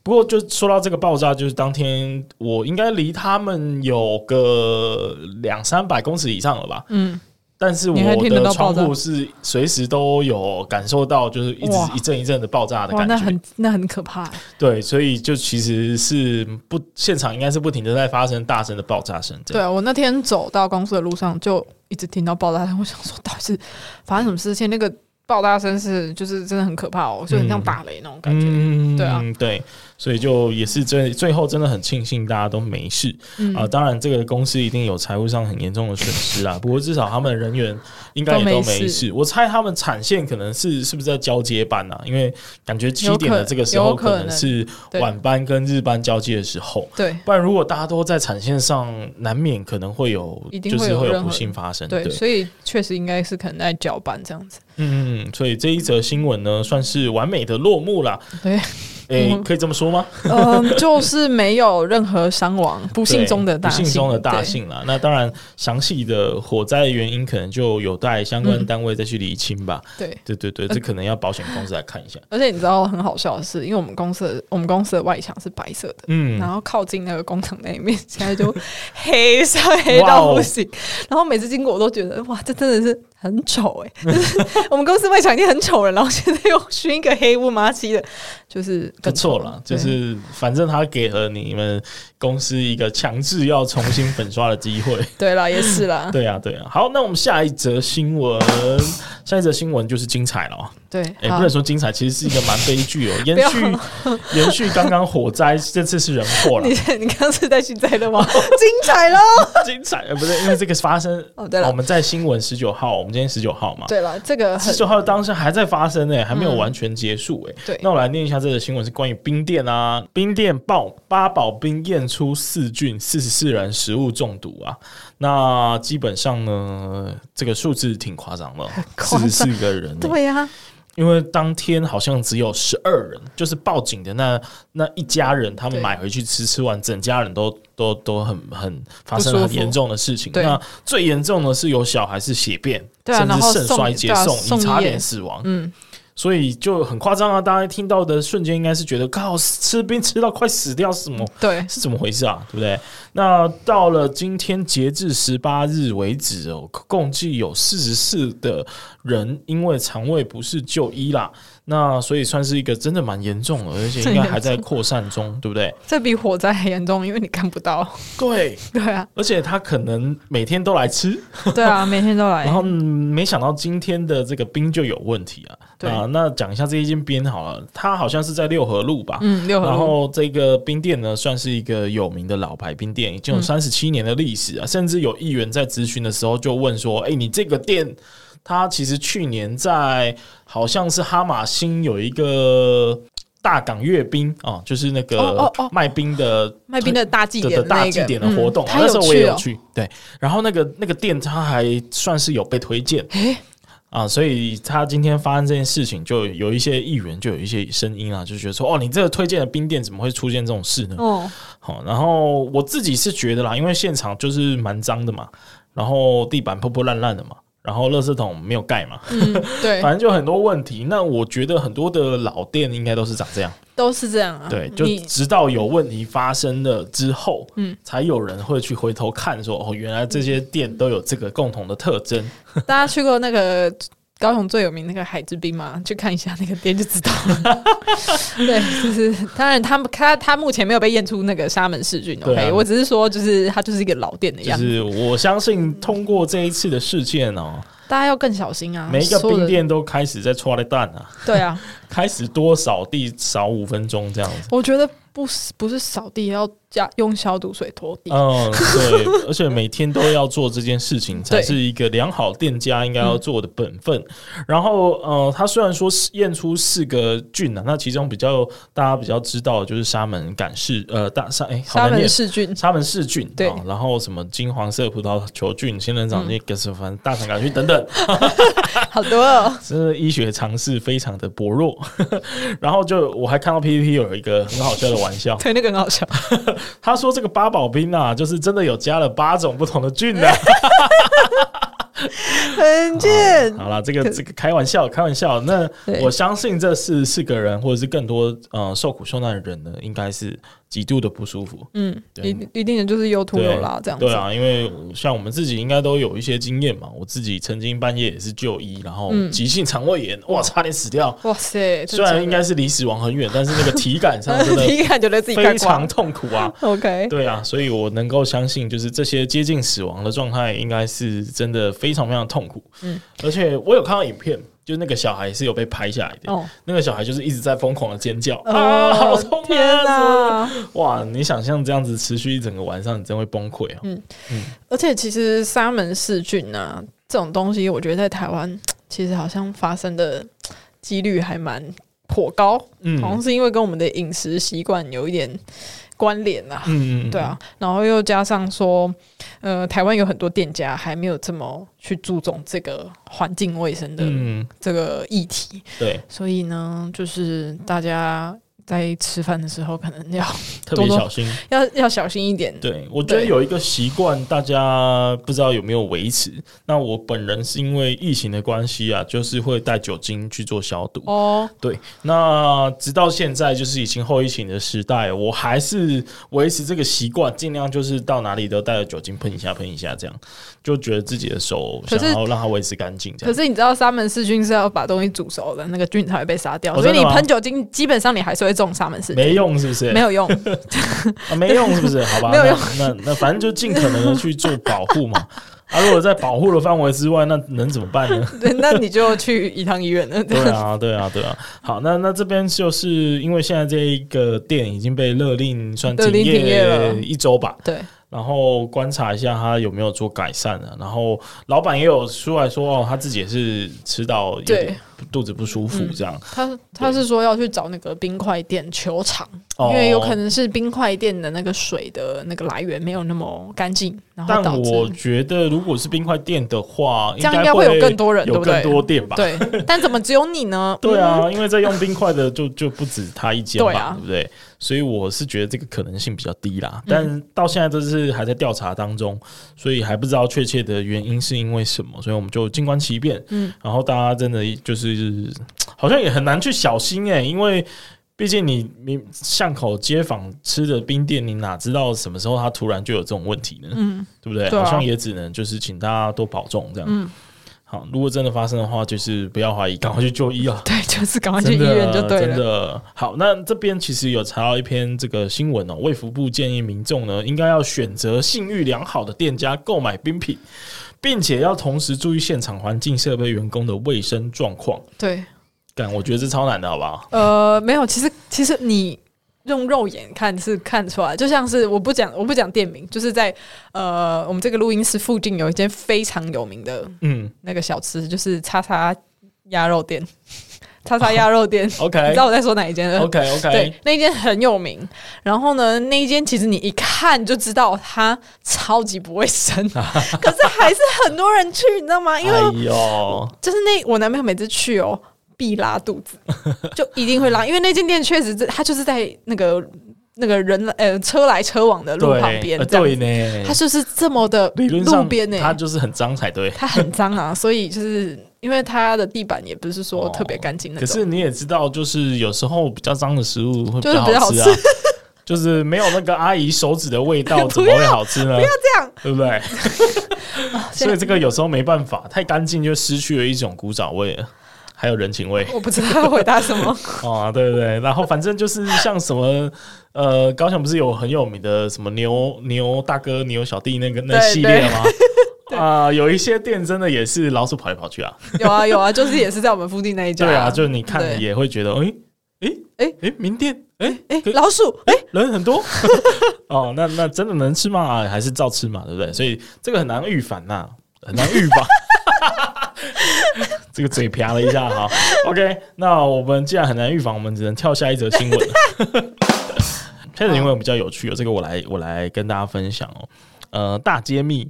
Speaker 3: 不过，就说到这个爆炸，就是当天我应该离他们有个两三百公尺以上了吧？
Speaker 4: 嗯，
Speaker 3: 但是我
Speaker 4: 你还听得
Speaker 3: 的
Speaker 4: 到
Speaker 3: 窗
Speaker 4: 爆炸
Speaker 3: 户是随时都有感受到，就是一直
Speaker 4: 哇
Speaker 3: 一阵一阵的爆炸的
Speaker 4: 哇，
Speaker 3: 感
Speaker 4: 那
Speaker 3: 觉。
Speaker 4: 很那很可怕欸、
Speaker 3: 对，所以就其实是不现场应该是不停的在发生大声的爆炸声，这
Speaker 4: 对
Speaker 3: 样
Speaker 4: 啊，我那天走到公司的路上就一直听到爆炸声，我想说到底是发生什么事情？那个爆炸声是就是真的很可怕哦，就很像
Speaker 3: 嗯
Speaker 4: 打雷那种感觉。
Speaker 3: 嗯
Speaker 4: 对啊，
Speaker 3: 对，所以就也是最最后真的很庆幸大家都没事
Speaker 4: 嗯
Speaker 3: 啊、当然，这个公司一定有财务上很严重的损失啊，不过至少他们人员应该也
Speaker 4: 都
Speaker 3: 都
Speaker 4: 没
Speaker 3: 没
Speaker 4: 事
Speaker 3: 事。我猜他们产线可能是是不是在交接班啊？因为感觉七
Speaker 4: 有
Speaker 3: 点的
Speaker 4: 可
Speaker 3: 这个时
Speaker 4: 有
Speaker 3: 候
Speaker 4: 可
Speaker 3: 可能
Speaker 4: 能
Speaker 3: 是
Speaker 4: 对
Speaker 3: 晚班跟日班交接的时候。
Speaker 4: 对
Speaker 3: 不然，如果大家都在产线上，难免可能会有，
Speaker 4: 一定
Speaker 3: 就
Speaker 4: 会
Speaker 3: 是
Speaker 4: 有
Speaker 3: 会有
Speaker 4: 任
Speaker 3: 不
Speaker 4: 何
Speaker 3: 幸发生。
Speaker 4: 对，所以确实应该是可能在搅拌这样子。
Speaker 3: 嗯，所以这一则新闻呢，算是完美的落幕啦。
Speaker 4: 对，
Speaker 3: 诶、
Speaker 4: 嗯
Speaker 3: 可以这么说吗？
Speaker 4: 嗯， 就是没有任何伤亡，不幸中的大
Speaker 3: 对
Speaker 4: 幸，
Speaker 3: 不幸中的大
Speaker 4: 对。
Speaker 3: 幸啦。那当然，详细的火灾原因可能就有待相关单位再去理清吧。
Speaker 4: 对，
Speaker 3: 对对对，这可能要保险公司来看一下。
Speaker 4: 而且你知道很好笑的是，因为我们公司的我们公司的外墙是白色的。
Speaker 3: 嗯
Speaker 4: 然，后靠近呃那个工厂那一面， 现在就黑上黑到
Speaker 3: 哇哦
Speaker 4: 不行。然后每次经过我都觉得，哇，这真的是很丑哎、 就是我们公司外墙已经很丑了，然后现在又熏一个黑乌麻漆的，就是
Speaker 3: 不
Speaker 4: 更
Speaker 3: 错
Speaker 4: 丑
Speaker 3: 啦，就是反正他给了你们公司一个强制要重新粉刷的机 会。
Speaker 4: 对啦，也是啦，
Speaker 3: 对啊，对啊。好，那我们下一则新闻，下一则新闻就是精彩了哦。
Speaker 4: 对，
Speaker 3: 哎、
Speaker 4: 好
Speaker 3: 不能说精彩，其实是一个蛮悲剧哦。延
Speaker 4: 不要
Speaker 3: 续延续刚刚火灾，这次是人祸了
Speaker 4: 你， 你刚刚是在幸灾乐 吗？精彩喽！
Speaker 3: 精彩呃不对，因为这个发生
Speaker 4: 哦对了
Speaker 3: 我们在新闻十九号，我们今天十九号嘛，
Speaker 4: 对了，这个
Speaker 3: 十
Speaker 4: 很
Speaker 3: 九号当下还在发生呢、还没有完全结束哎、
Speaker 4: 对
Speaker 3: 那我来念一下这个新闻，是关于冰店啊，冰店爆八宝冰验出四菌，四十四人食物中毒啊。那基本上呢，这个数字挺夸张的，
Speaker 4: 夸
Speaker 3: 四
Speaker 4: 张
Speaker 3: 十四个人、欸，
Speaker 4: 对呀、
Speaker 3: 因为当天好像只有十二人，就是报警的那那一家人，他们
Speaker 4: 对
Speaker 3: 买回去吃，吃完整家人都都都很很发生
Speaker 4: 不舒
Speaker 3: 很
Speaker 4: 服
Speaker 3: 严重的事情。
Speaker 4: 对
Speaker 3: 那最严重的是有小孩是血便，
Speaker 4: 对啊
Speaker 3: 甚
Speaker 4: 然
Speaker 3: 至
Speaker 4: 后
Speaker 3: 肾
Speaker 4: 送
Speaker 3: 衰竭
Speaker 4: 对啊
Speaker 3: 送
Speaker 4: 送
Speaker 3: 医，差
Speaker 4: 医
Speaker 3: 点
Speaker 4: 耶
Speaker 3: 死亡。
Speaker 4: 嗯，
Speaker 3: 所以就很夸张啊！大家听到的瞬间应该是觉得靠吃冰吃到快死掉是什么？
Speaker 4: 对，
Speaker 3: 是怎么回事啊？对不对？那到了今天截至十八日为止哦，共计有四十四的人因为肠胃不适就医啦。那所以算是一个真的蛮严重的，而且应该还在扩散中，对不对？
Speaker 4: 这比火灾还严重，因为你看不到。
Speaker 3: 对，
Speaker 4: 对啊，
Speaker 3: 而且他可能每天都来吃，
Speaker 4: 对啊，每天都来
Speaker 3: 然。后嗯没想到今天的这个冰就有问题啊。
Speaker 4: 对
Speaker 3: 啊，那讲一下这一间冰好了，它好像是在六合路吧？
Speaker 4: 嗯，六合
Speaker 3: 然
Speaker 4: 路
Speaker 3: 后这个冰店呢，算是一个有名的老牌冰店，已经有
Speaker 4: 嗯
Speaker 3: 三十七年的历史啊。甚至有议员在咨询的时候就问说：“哎、
Speaker 4: 嗯
Speaker 3: 你这个店，它其实去年在好像是哈马星有一个大港阅兵啊，就是那
Speaker 4: 哦
Speaker 3: 个
Speaker 4: 哦哦
Speaker 3: 卖冰的
Speaker 4: 卖冰的大祭
Speaker 3: 的
Speaker 4: 典
Speaker 3: 的
Speaker 4: 那
Speaker 3: 大
Speaker 4: 一
Speaker 3: 祭
Speaker 4: 个
Speaker 3: 典的活动啊、
Speaker 4: 嗯他
Speaker 3: 那时
Speaker 4: 有
Speaker 3: 候我也
Speaker 4: 去
Speaker 3: 有
Speaker 4: 哦，
Speaker 3: 去。对，然后那个那个店它还算是有被推荐。
Speaker 4: 诶
Speaker 3: 啊，所以他今天发生这件事情，就有一些议员就有一些声音啊，就觉得说，哦，你这个推荐的冰店怎么会出现这种事呢？
Speaker 4: 哦，
Speaker 3: 好，然后我自己是觉得啦，因为现场就是蛮脏的嘛，然后地板破破烂烂的嘛，然后垃圾桶没有盖嘛，
Speaker 4: 嗯，对，
Speaker 3: 反正就很多问题。那我觉得很多的老店应该都是长这样，
Speaker 4: 都是这样啊。
Speaker 3: 对，就
Speaker 4: 你
Speaker 3: 直到有问题发生了之后，嗯
Speaker 4: 嗯，
Speaker 3: 才有人会去回头看说，哦，原来这些店都有这个共同的特征。
Speaker 4: 大家去过那个高雄最有名那个海之滨吗？去看一下那个店就知道了。 对，就是当然他们他他目前没有被验出那个沙门氏菌。
Speaker 3: 对啊
Speaker 4: OK，我只是说就是它就是一个老店的
Speaker 3: 就
Speaker 4: 样子，
Speaker 3: 是我相信通过这一次的事件哦，
Speaker 4: 大家要更小心啊。
Speaker 3: 每一个
Speaker 4: 所有
Speaker 3: 冰
Speaker 4: 的
Speaker 3: 店都开始在搓的蛋啊，
Speaker 4: 对啊，
Speaker 3: 开始多扫地扫五分钟这样子。
Speaker 4: 我觉得不是不是扫地，要加用消毒水拖地。
Speaker 3: 嗯，对，而且每天都要做这件事情，才
Speaker 4: 对嗯
Speaker 3: 是一个良好店家应该要做的本分。然后，呃，他虽然说是验出四个菌啊，那其中比较大家比较知道的就是沙门感氏，呃，大沙哎，好
Speaker 4: 沙
Speaker 3: 难念
Speaker 4: 门氏菌，
Speaker 3: 沙门氏菌，
Speaker 4: 对嗯
Speaker 3: 啊然后什么金黄色葡萄球菌、仙人掌那个什么大肠杆菌等等，
Speaker 4: 好多、 哦。
Speaker 3: 真的医学常识非常的薄弱。 然后就我还看到 PPT 有一个很好笑的玩笑，
Speaker 4: 对，那个很好笑。
Speaker 3: 他说这个八宝冰啊，就是真的有加了八种不同的菌啊的、
Speaker 4: 很贱。
Speaker 3: 好了，这个这个开玩笑，开玩笑。那
Speaker 4: 对
Speaker 3: 我相信这四四个人，或者是更多呃受苦受难的人呢，应该是极度的不舒服。
Speaker 4: 嗯，
Speaker 3: 对
Speaker 4: 一一定的就是有图
Speaker 3: 对
Speaker 4: 有啦，这样子。
Speaker 3: 对啊，因为像我们自己应该都有一些经验嘛。我自己曾经半夜也是就医，然后
Speaker 4: 嗯哎
Speaker 3: 急性肠胃炎，哇，差点死掉。
Speaker 4: 哇塞，
Speaker 3: 虽然应该是离死亡很远，但是那个体感上真 的
Speaker 4: 第一感觉得自己快
Speaker 3: 非
Speaker 4: 挂
Speaker 3: 常
Speaker 4: 了。
Speaker 3: 痛苦啊。
Speaker 4: OK，
Speaker 3: 对啊，所以我能够相信，就是这些接近死亡的状态，应该是真的非常非常痛苦。嗯
Speaker 4: 嗯，
Speaker 3: 而且我有看到影片，就那个小孩是有被拍下来的，
Speaker 4: 哦，
Speaker 3: 那个小孩就是一直在疯狂的尖叫、啊，
Speaker 4: 哦
Speaker 3: 好痛啊！
Speaker 4: 天哪！
Speaker 3: 哇，你想象这样子持续一整个晚上，你真会崩溃哦。
Speaker 4: 而且其实沙门氏菌啊这种东西，我觉得在台湾其实好像发生的几率还蛮颇高，
Speaker 3: 嗯
Speaker 4: 好像是因为跟我们的饮食习惯有一点关联啊。
Speaker 3: 嗯，嗯
Speaker 4: 对，啊，然后又加上说，呃，台湾有很多店家还没有这么去注重这个环境卫生的
Speaker 3: 嗯，
Speaker 4: 这个议题，
Speaker 3: 对，
Speaker 4: 所以呢，就是大家在吃饭的时候可能要
Speaker 3: 特别
Speaker 4: 多多
Speaker 3: 小心。
Speaker 4: 要要小心一点。
Speaker 3: 对，我觉得
Speaker 4: 对
Speaker 3: 有一个习惯，大家不知道有没有维持。那我本人是因为疫情的关系啊，就是会带酒精去做消毒。
Speaker 4: 哦，
Speaker 3: 对，那直到现在就是已经后疫情的时代，我还是维持这个习惯，尽量就是到哪里都带着酒精喷一下，喷一下，这样就觉得自己的手
Speaker 4: 可
Speaker 3: 想
Speaker 4: 是
Speaker 3: 要让它维持干净，这
Speaker 4: 可
Speaker 3: 样。
Speaker 4: 是你知道沙门氏菌是要把东西煮熟的，那个菌才会被杀掉，
Speaker 3: 哦
Speaker 4: 所以
Speaker 3: 真
Speaker 4: 你
Speaker 3: 的吗
Speaker 4: 喷酒精，基本上你还是会中沙门氏菌，
Speaker 3: 没用是不是？
Speaker 4: 没 有用。
Speaker 3: 啊，没用是不是？好吧，
Speaker 4: 没有用
Speaker 3: 那那那反正就尽可能的去做保护嘛。啊，如果在保护的范围之外，那能怎么办呢？
Speaker 4: 对，那你就去一趟医院了。
Speaker 3: 对啊，对啊，对啊。好，那那这边就是因为现在这一个店已经被勒令算
Speaker 4: 勒
Speaker 3: 停
Speaker 4: 令停业了
Speaker 3: 业一周吧，
Speaker 4: 对，
Speaker 3: 然后观察一下他有没有做改善啊。然后老板也有出来说，哦，他自己也是吃到有点肚子不舒
Speaker 4: 嗯
Speaker 3: 服这样，
Speaker 4: 他他
Speaker 3: 对
Speaker 4: 是说要去找那个冰块店球场，
Speaker 3: 哦
Speaker 4: 因为有可。能是冰块店的那个水的那个来源没有那么干净，然后
Speaker 3: 但
Speaker 4: 导
Speaker 3: 我
Speaker 4: 致
Speaker 3: 觉得，如果是冰块店的话，
Speaker 4: 这样应该会有更多人
Speaker 3: 有
Speaker 4: 对不对
Speaker 3: 更多店吧？
Speaker 4: 对。但怎么只有你呢？
Speaker 3: 对
Speaker 4: 嗯，
Speaker 3: 啊，因为在用冰块的就就不止他一间吧，
Speaker 4: 对啊
Speaker 3: 不对？所以我是觉得这个可能性比较低啦，但到现在都是还在调查当中，所以还不知道确切的原因是因为什么，所以我们就静观其变。
Speaker 4: 嗯，
Speaker 3: 然后大家真的就是好像也很难去小心哎、因为。毕竟你你巷口街坊吃的冰店，你哪知道什么时候它突然就有这种问题呢？
Speaker 4: 嗯，
Speaker 3: 对不对？
Speaker 4: 对啊
Speaker 3: 好像也只能就是请大家多保重这样。
Speaker 4: 嗯
Speaker 3: 好，如果真的发生的话，就是不要怀疑，赶快去就医啊！
Speaker 4: 对，就是赶快去
Speaker 3: 真
Speaker 4: 医
Speaker 3: 的
Speaker 4: 院就对
Speaker 3: 真
Speaker 4: 了。
Speaker 3: 的好，那这边其实有查到一篇这个新闻哦，卫福部建议民众呢，应该要选择信誉良好的店家购买冰品，并且要同时注意现场环境、设备、员工的卫生状况。
Speaker 4: 对，
Speaker 3: 干，我觉得这超难的，好不好？
Speaker 4: 呃，没有，其实其实你。用肉眼看是看出来，就像是我不讲我不讲店名，就是在呃我们这个录音室附近有一间非常有名的
Speaker 3: 嗯
Speaker 4: 那个小吃，就是叉叉鸭肉店， 叉叉鸭肉店，你 知
Speaker 3: ，OK
Speaker 4: 道我在说哪一间了
Speaker 3: OK OK，
Speaker 4: 呃对，那一间很有名。然后呢，那一间其实你一看就知道它超级不 卫生，可是还是很多人去，你知道吗？因为
Speaker 3: 哎呦，
Speaker 4: 就是那我男朋友每次去哦，必拉肚子， 就一定会拉，因为那间店确实是它就是在那个那个人呃车来车往的路
Speaker 3: 对，
Speaker 4: 旁边
Speaker 3: 呃
Speaker 4: 这样
Speaker 3: 对
Speaker 4: 子，
Speaker 3: 呢，
Speaker 4: 它就是这么的
Speaker 3: 理论上
Speaker 4: 路边呢、
Speaker 3: 它就是很脏才对。
Speaker 4: 它很脏啊，所以就是因为它的地板也不是说特别干净那
Speaker 3: 哦可
Speaker 4: 种。
Speaker 3: 是你也知道，就是有时候比较脏的食物会
Speaker 4: 就是比较
Speaker 3: 好
Speaker 4: 好
Speaker 3: 吃啊， 就是没有那个阿姨手指的味 道，怎么会好吃呢？不要这
Speaker 4: 样，哦
Speaker 3: 对不 对？ 所以这个有时候没办法，太干净就失去了一种古早味了。还有人情 味
Speaker 4: 我不知道回答什 么，
Speaker 3: 啊，对不对？然后反正就是像什么， 呃，高雄不是有很有名的什么牛牛大哥、牛小弟那个那
Speaker 4: 对
Speaker 3: 系列吗？ 啊、有一些店真的也是老鼠跑来跑去啊。
Speaker 4: 有啊有啊，就是也是在我们附近那一家。
Speaker 3: 对啊，就是你看
Speaker 4: 对
Speaker 3: 也会觉得，哎哎哎
Speaker 4: 诶
Speaker 3: 哎，名店，哎
Speaker 4: 哎、
Speaker 3: 可
Speaker 4: 老鼠，哎、
Speaker 3: 人很多 哦，那那真的能吃吗？啊还是照吃嘛，对不对？所以这个很难预防呐、很难预防。 这个嘴瓢了一下，好，OK。那我们既然很难预防，我们只能跳下一则新闻。 下一则新闻比较有趣哦，这个我来我来跟大家分享哦。呃，大揭秘，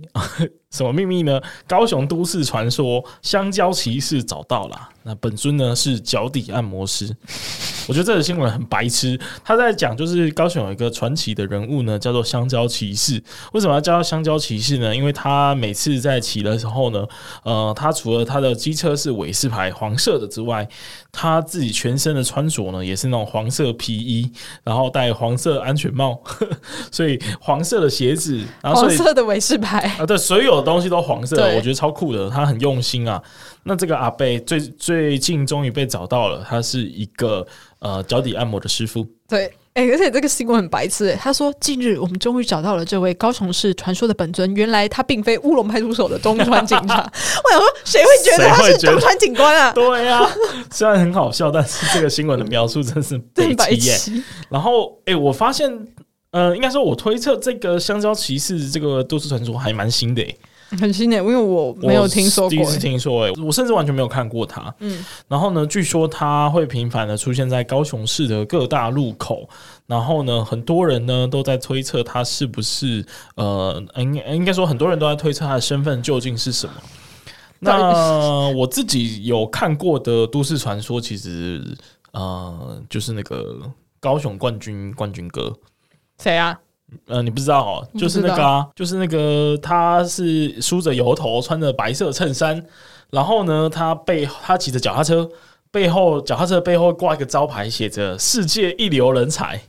Speaker 3: 什么秘密呢？高雄都市传说香蕉骑士找到了。那本尊呢是脚底按摩师， 我觉得这个新闻很白痴。他在讲就是高雄有一个传奇的人物呢，叫做香蕉骑士。为什么要叫他香蕉骑士呢？因为他每次在骑的时候呢，呃，他除了他的机车是尾式牌黄色的之外，他自己全身的穿着呢也是那种黄色皮衣，然后戴黄色安全帽， 所以黄色的鞋子，然后
Speaker 4: 黄
Speaker 3: 所以
Speaker 4: 色的尾饰牌，
Speaker 3: 啊，对，所有的东西都黄色，
Speaker 4: 对
Speaker 3: 我觉得超酷的，他很用心啊。那这个阿贝最 最近终于被找到了，他是一个呃脚底按摩的师傅。
Speaker 4: 对，哎、而且这个新闻很白痴、哎，他说近日我们终于找到了这位高雄市传说的本尊，原来他并非乌龙派出所的东川警 察。我想说，谁会觉得
Speaker 3: 谁
Speaker 4: 他
Speaker 3: 会
Speaker 4: 是
Speaker 3: 觉得
Speaker 4: 东川警官啊？
Speaker 3: 对呀、虽然很好笑，但是这个新闻的描述真是
Speaker 4: 真白
Speaker 3: 北极耶、
Speaker 4: 痴，
Speaker 3: 然后，哎、我发现，呃，应该说，我推测这个香蕉骑士这个都市传说还蛮新的、欸，
Speaker 4: 很新的，因为我
Speaker 3: 我
Speaker 4: 没有听说
Speaker 3: 第
Speaker 4: 过、
Speaker 3: 一次
Speaker 4: 哎
Speaker 3: 听说、欸，我甚至完全没有看过它。
Speaker 4: 嗯，
Speaker 3: 然后呢，据说它会频繁的出现在高雄市的各大路口，然后呢，很多人呢都在推测它是不是呃，应应该说很多人都在推测它的身份究竟是什么。
Speaker 4: 到底
Speaker 3: 那我自己有看过的都市传说，其实呃，就是那个高雄冠军冠军哥，
Speaker 4: 谁啊？
Speaker 3: 呃，你不知道哦，
Speaker 4: 我不
Speaker 3: 就是那
Speaker 4: 知
Speaker 3: 个、
Speaker 4: 道
Speaker 3: 啊，就是那个，他是梳着油头，穿着白色衬衫，然后呢，他背他骑着脚踏车，背后脚踏车背后挂一个招牌，写着“世界一流人才”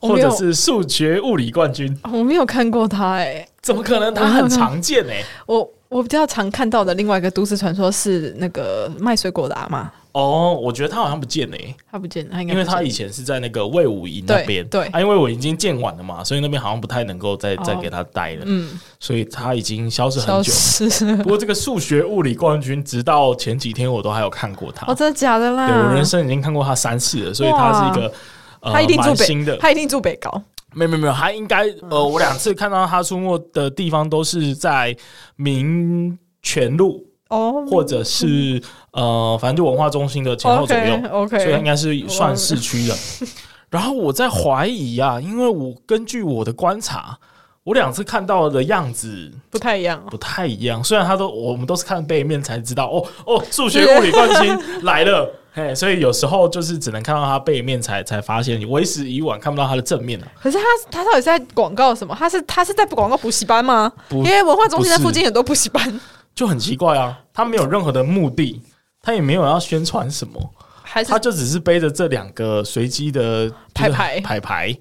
Speaker 4: 我
Speaker 3: 或
Speaker 4: 哦没有
Speaker 3: 者是数学物理冠军，
Speaker 4: 哦我没有看过他、哎，
Speaker 3: 怎么可能？他
Speaker 4: 我没有
Speaker 3: 很
Speaker 4: 看
Speaker 3: 常见哎、
Speaker 4: 我我比较常看到的另外一个都市传说是那个卖水果的阿妈，
Speaker 3: 哦，我觉得他好像不见哎、
Speaker 4: 他不见了，他应该
Speaker 3: 因为
Speaker 4: 不见
Speaker 3: 他以前是在那个魏武营那
Speaker 4: 对
Speaker 3: 边，
Speaker 4: 对
Speaker 3: 啊，因为我已经建完了嘛，所以那边好像不太能够再再
Speaker 4: 哦
Speaker 3: 给他待了，
Speaker 4: 嗯
Speaker 3: 所以他已经消失很
Speaker 4: 消
Speaker 3: 久。
Speaker 4: 失了
Speaker 3: 不，过这个数学物理冠军，直到前几天我都还有看过他。
Speaker 4: 哦，真的假的啦？
Speaker 3: 对我人生已经看过他三次了，所以他是一个呃
Speaker 4: 他一定住
Speaker 3: 蛮新
Speaker 4: 北，
Speaker 3: 的。
Speaker 4: 他一嗯定住北高。
Speaker 3: 没有没有没有，他应该呃，我两次看到他出没的地方都是在民权路
Speaker 4: 哦，
Speaker 3: 或者是
Speaker 4: 嗯
Speaker 3: 呃，反正就文化中心的前后左右。
Speaker 4: OK，,
Speaker 3: 所以应该是算市区的。然后我在怀疑啊，因为我根据我的观察，我两次看到的样子
Speaker 4: 不太一样哦。
Speaker 3: 不太一样。虽然他都我们都是看背面才知道，哦哦，数学物理冠军来了。嘿，所以有时候就是只能看到他背面才才发现，你为时已晚，看不到他的正面了、啊
Speaker 4: 可是他他到底是在广告什么？他是他是在广告补习班吗？
Speaker 3: 不
Speaker 4: 因为文化中心在
Speaker 3: 不是
Speaker 4: 附近很多补习班，
Speaker 3: 就很奇怪啊。他没有任何的目的，他也没有要宣传什么，
Speaker 4: 还是
Speaker 3: 他就只是背着这两个随机的
Speaker 4: 牌牌
Speaker 3: 牌牌，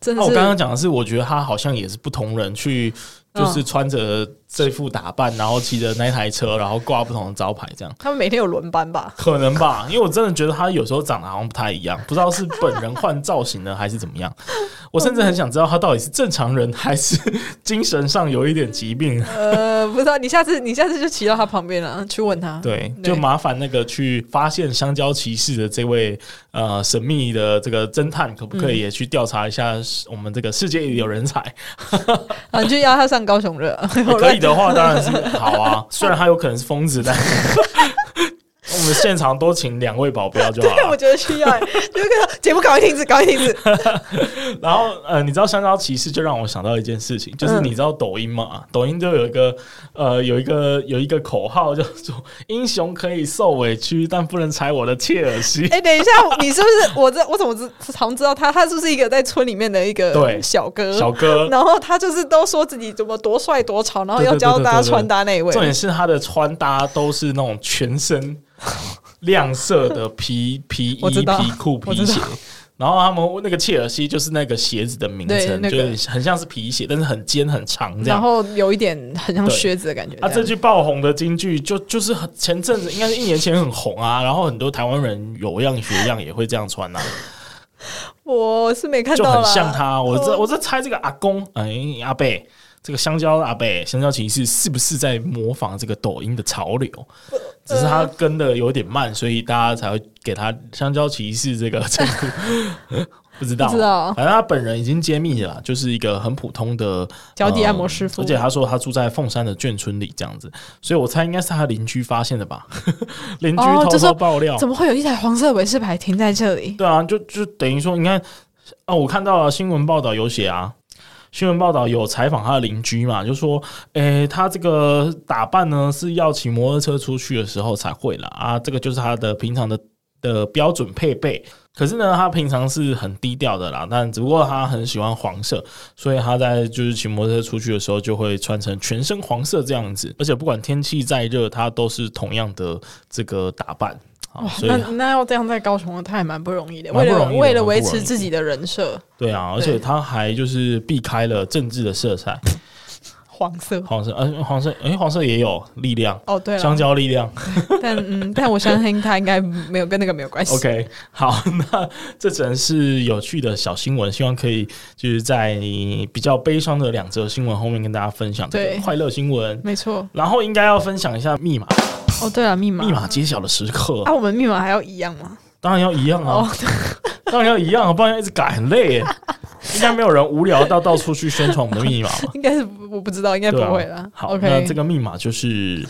Speaker 4: 真
Speaker 3: 那
Speaker 4: 的
Speaker 3: 哦我
Speaker 4: 是
Speaker 3: 刚刚讲的是，我觉得他好像也是不同人去，就是
Speaker 4: 嗯
Speaker 3: 穿着这副打扮，然后骑着那台车，然后挂不同的招牌，这样
Speaker 4: 他们每天有轮班吧？
Speaker 3: 可能吧？因 为我真的觉得他有时候长得好像不太一样，不知道 是本人换造型呢，还是怎么样。我甚至很想知道他到底是正常人，还是精神上有一点疾病。
Speaker 4: 呃，不知道你下次你下次就骑到他旁边了，去问他。
Speaker 3: 对，
Speaker 4: 对
Speaker 3: 就麻烦那个去发现香蕉骑士的这位呃神秘的这个侦探，可不
Speaker 4: 嗯
Speaker 3: 可以也去调查一下我们这个世界一流人 才？
Speaker 4: 啊，你就邀他上高雄 热，
Speaker 3: 欸可以的话，当然是好啊。虽然他有可能是 疯子，但我们现场多请两位保镖就好啊
Speaker 4: 对，我
Speaker 3: 了。
Speaker 4: 觉得需要、欸。就那个节目赶快停止，赶快 停止。
Speaker 3: 然后呃，你知道香蕉骑士就让我想到一件事情，就是
Speaker 4: 嗯
Speaker 3: 你知道抖音嘛？抖音就有一个呃，有一个有一个口号叫做“英雄可以受委屈，但不能踩我的切尔西
Speaker 4: 哎、等一下，你是不是我这我怎么知常知道他？他是不是一个在村里面的一
Speaker 3: 对
Speaker 4: 个小”。哥？
Speaker 3: 小哥，
Speaker 4: 然后他就是都说自己怎么多帅多潮，然后要教大家穿搭那一位。
Speaker 3: 重点是他的穿搭都是那种全身亮色的 皮皮衣、
Speaker 4: 我知道
Speaker 3: 皮裤、
Speaker 4: 我
Speaker 3: 皮
Speaker 4: 知道
Speaker 3: 鞋。然后他们那个切尔西就是那个鞋子的名
Speaker 4: 对
Speaker 3: 称，
Speaker 4: 那个
Speaker 3: 就是很像是皮鞋，但是很尖很长这
Speaker 4: 然
Speaker 3: 样。
Speaker 4: 后有一点很像靴子的感觉。
Speaker 3: 啊，
Speaker 4: 这
Speaker 3: 这
Speaker 4: 样
Speaker 3: 句爆红的京剧就就是很前阵子，应该是一年前很红啊，然后很多台湾人有样学样也会这样 穿啊，
Speaker 4: 我是没看
Speaker 3: 就
Speaker 4: 到
Speaker 3: 很
Speaker 4: 啦。
Speaker 3: 像他。我这
Speaker 4: 哦
Speaker 3: 我在猜这个阿公，哎，阿贝，这个香蕉阿贝，香蕉骑士是不是在模仿这个抖音的潮流？只是他跟的有点慢，所以大家才会给他香蕉骑士这个 称呼。不知道，啊
Speaker 4: 不知道
Speaker 3: 反正他本人已经揭秘了啦，就是一个很普通的
Speaker 4: 脚底按摩师傅
Speaker 3: 哦而且他说他住在凤山的眷村里这样子，所以我猜应该是他邻居发现的吧， 邻居
Speaker 4: 哦
Speaker 3: 偷偷
Speaker 4: 就说
Speaker 3: 爆料。
Speaker 4: 怎么会有一台黄色维士牌停在这里？
Speaker 3: 对啊，就就等于说，你看啊，我看到了新闻报道有写啊，新闻报道有采访他的邻居嘛，就说，诶、他这个打扮呢是要骑摩托车出去的时候才会啦，啊，这个就是他的平常的的标准配备。可是呢，他平常是很低调的啦，但只不过他很喜欢黄色，所以他在就是骑摩托车出去的时候，就会穿成全身黄色这样子，而且不管天气再热，他都是同样的这个打扮。啊，
Speaker 4: 哇，
Speaker 3: 所以
Speaker 4: 那那要这样在高雄，他也蛮不容易的。
Speaker 3: 蛮
Speaker 4: 为
Speaker 3: 不容易的
Speaker 4: 了为了维
Speaker 3: 蛮不容
Speaker 4: 持
Speaker 3: 易
Speaker 4: 自己的人设，
Speaker 3: 对啊，而
Speaker 4: 对
Speaker 3: 且他还就是避开了政治的色彩。
Speaker 4: 黄色。
Speaker 3: 黄色，嗯、黄色，哎、黄色也有力量，
Speaker 4: 哦，对
Speaker 3: 香
Speaker 4: 了，
Speaker 3: 蕉力 量。
Speaker 4: 但嗯，但我相信它应该没有跟那个没有关系。
Speaker 3: OK，好，那这只能是有趣的小新闻，希望可以就是在你比较悲伤的两则新闻后面跟大家分享这
Speaker 4: 对
Speaker 3: 个快乐新闻。
Speaker 4: 没错。
Speaker 3: 然后应该要分享一下密码，
Speaker 4: 哦，对了，密码
Speaker 3: 密码揭晓的时刻，
Speaker 4: 啊，我们密码还要一样吗？
Speaker 3: 当然要一样啊
Speaker 4: 哦，，
Speaker 3: 当然要一样啊，不然一直改很累耶。 应该没有人无聊到到处去宣传我们的密码吧？
Speaker 4: 应该是不我不知道，应该哎不
Speaker 3: 对啊
Speaker 4: 会啦。
Speaker 3: 好
Speaker 4: o
Speaker 3: 那
Speaker 4: k
Speaker 3: 这个密码就是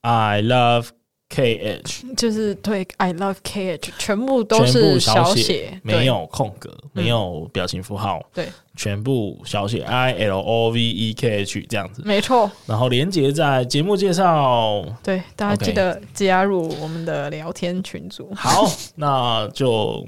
Speaker 3: I love KH，
Speaker 4: 就是对 I love KH，全部都
Speaker 3: 全部
Speaker 4: 是
Speaker 3: 小
Speaker 4: 写，
Speaker 3: 没
Speaker 4: 对嗯
Speaker 3: 有空格，没有表情符号，
Speaker 4: 对，
Speaker 3: 全部小写 I L O V E K H 这样子，
Speaker 4: 没错，
Speaker 3: 然后连接在节目介绍。
Speaker 4: 对，大家
Speaker 3: OK
Speaker 4: 记得加入我们的聊天群组。
Speaker 3: 好，那就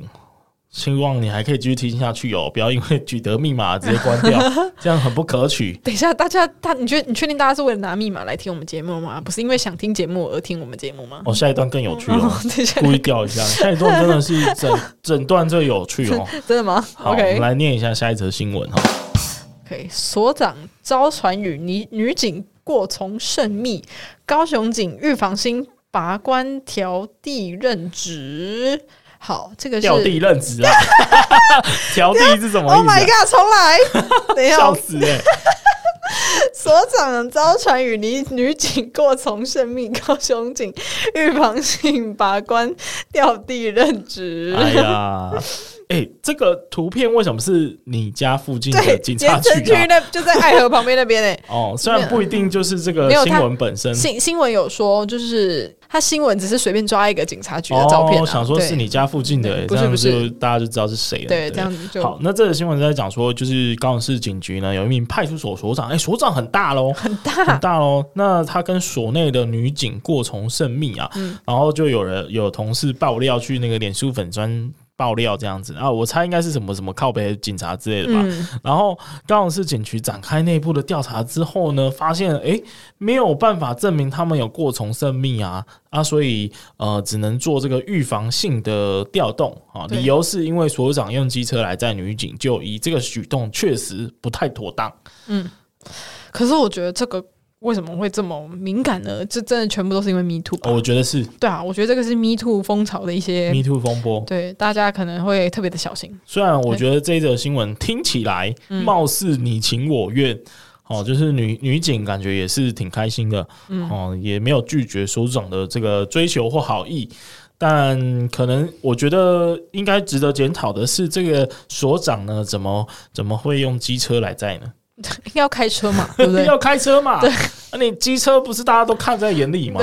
Speaker 3: 希望你还可以继续听下去哦，不要因为取得密码直接关 掉，这样很不可取。
Speaker 4: 等一下，大家他，你确你确定大家是为了拿密码来听我们节目吗？不是因为想听节目而听我们节目吗？
Speaker 3: 哦，下一段更有趣
Speaker 4: 哦
Speaker 3: 哦，，
Speaker 4: 等一下，
Speaker 3: 故意掉一下，下一段真的是整整段最有趣哦。
Speaker 4: 真的吗
Speaker 3: 好，我们
Speaker 4: ？OK
Speaker 3: 来念一下下一则新闻哈、哦。
Speaker 4: OK，所长招传与女女警过从甚密，高雄警预防新拔官调地任职。好，这个是
Speaker 3: 掉地任 职啊，调地是什么
Speaker 4: Oh
Speaker 3: 意
Speaker 4: my
Speaker 3: 思、
Speaker 4: god！重 来，等一
Speaker 3: 啊？
Speaker 4: 下
Speaker 3: 笑，死哎、
Speaker 4: 所长遭传与女女警过从甚密，高雄警预防性拔官调地任职。
Speaker 3: 哎呀，哎、这个图片为什么是你家附近的
Speaker 4: 对，
Speaker 3: 警
Speaker 4: 盐
Speaker 3: 察局
Speaker 4: 城区
Speaker 3: 啊？
Speaker 4: 那就在爱河旁边那 边诶、
Speaker 3: 哦，虽然不一定就是这个
Speaker 4: 没有
Speaker 3: 新
Speaker 4: 他
Speaker 3: 闻本身，
Speaker 4: 新新闻有说，就是他新闻只是随便抓一个警察局的照片、啊
Speaker 3: 哦，想说是你家附近的、
Speaker 4: 对
Speaker 3: 欸，
Speaker 4: 不是
Speaker 3: 这样
Speaker 4: 不是
Speaker 3: 就大家就知道是谁了。
Speaker 4: 对对这样子就
Speaker 3: 好。那这个新闻在讲说，就是高雄市警局呢有一名派出所所长，哎、所长很大喽，很大 很大喽。那他跟所内的女警过从甚密啊，
Speaker 4: 嗯
Speaker 3: 然后就有人有同事爆料去那个脸书粉砖。爆料这样子啊，我猜应该是什么什么靠北警察之类的吧。
Speaker 4: 嗯
Speaker 3: 然后高雄市警局展开内部的调查之后呢，发现诶没有办法证明他们有过从甚密啊啊，所以呃只能做这个预防性的调动啊。
Speaker 4: 对
Speaker 3: 理由是因为所长用机车来载女警就医，这个举动确实不太妥当。
Speaker 4: 嗯可是我觉得这个为什么会这么敏感呢？这真的全部都是因为 Me Too 吧？
Speaker 3: 我觉得是
Speaker 4: 对啊，我觉得这个是 Me Too 风潮的一些
Speaker 3: 哦 Me Too 风波。
Speaker 4: 对大家可能会特别的小心。
Speaker 3: 虽然我觉得这则新闻听起来貌似你情我愿。哦，就是女女警感觉也是挺开心的，哦，也没有拒绝所长的这个追求或好意，但可能我觉得应该值得检讨的是，这个所长呢，怎么怎么会用机车来载呢？
Speaker 4: 应该要开车 嘛，对不对？
Speaker 3: 要开车嘛？对，啊、你机车不是大家都看在眼里吗？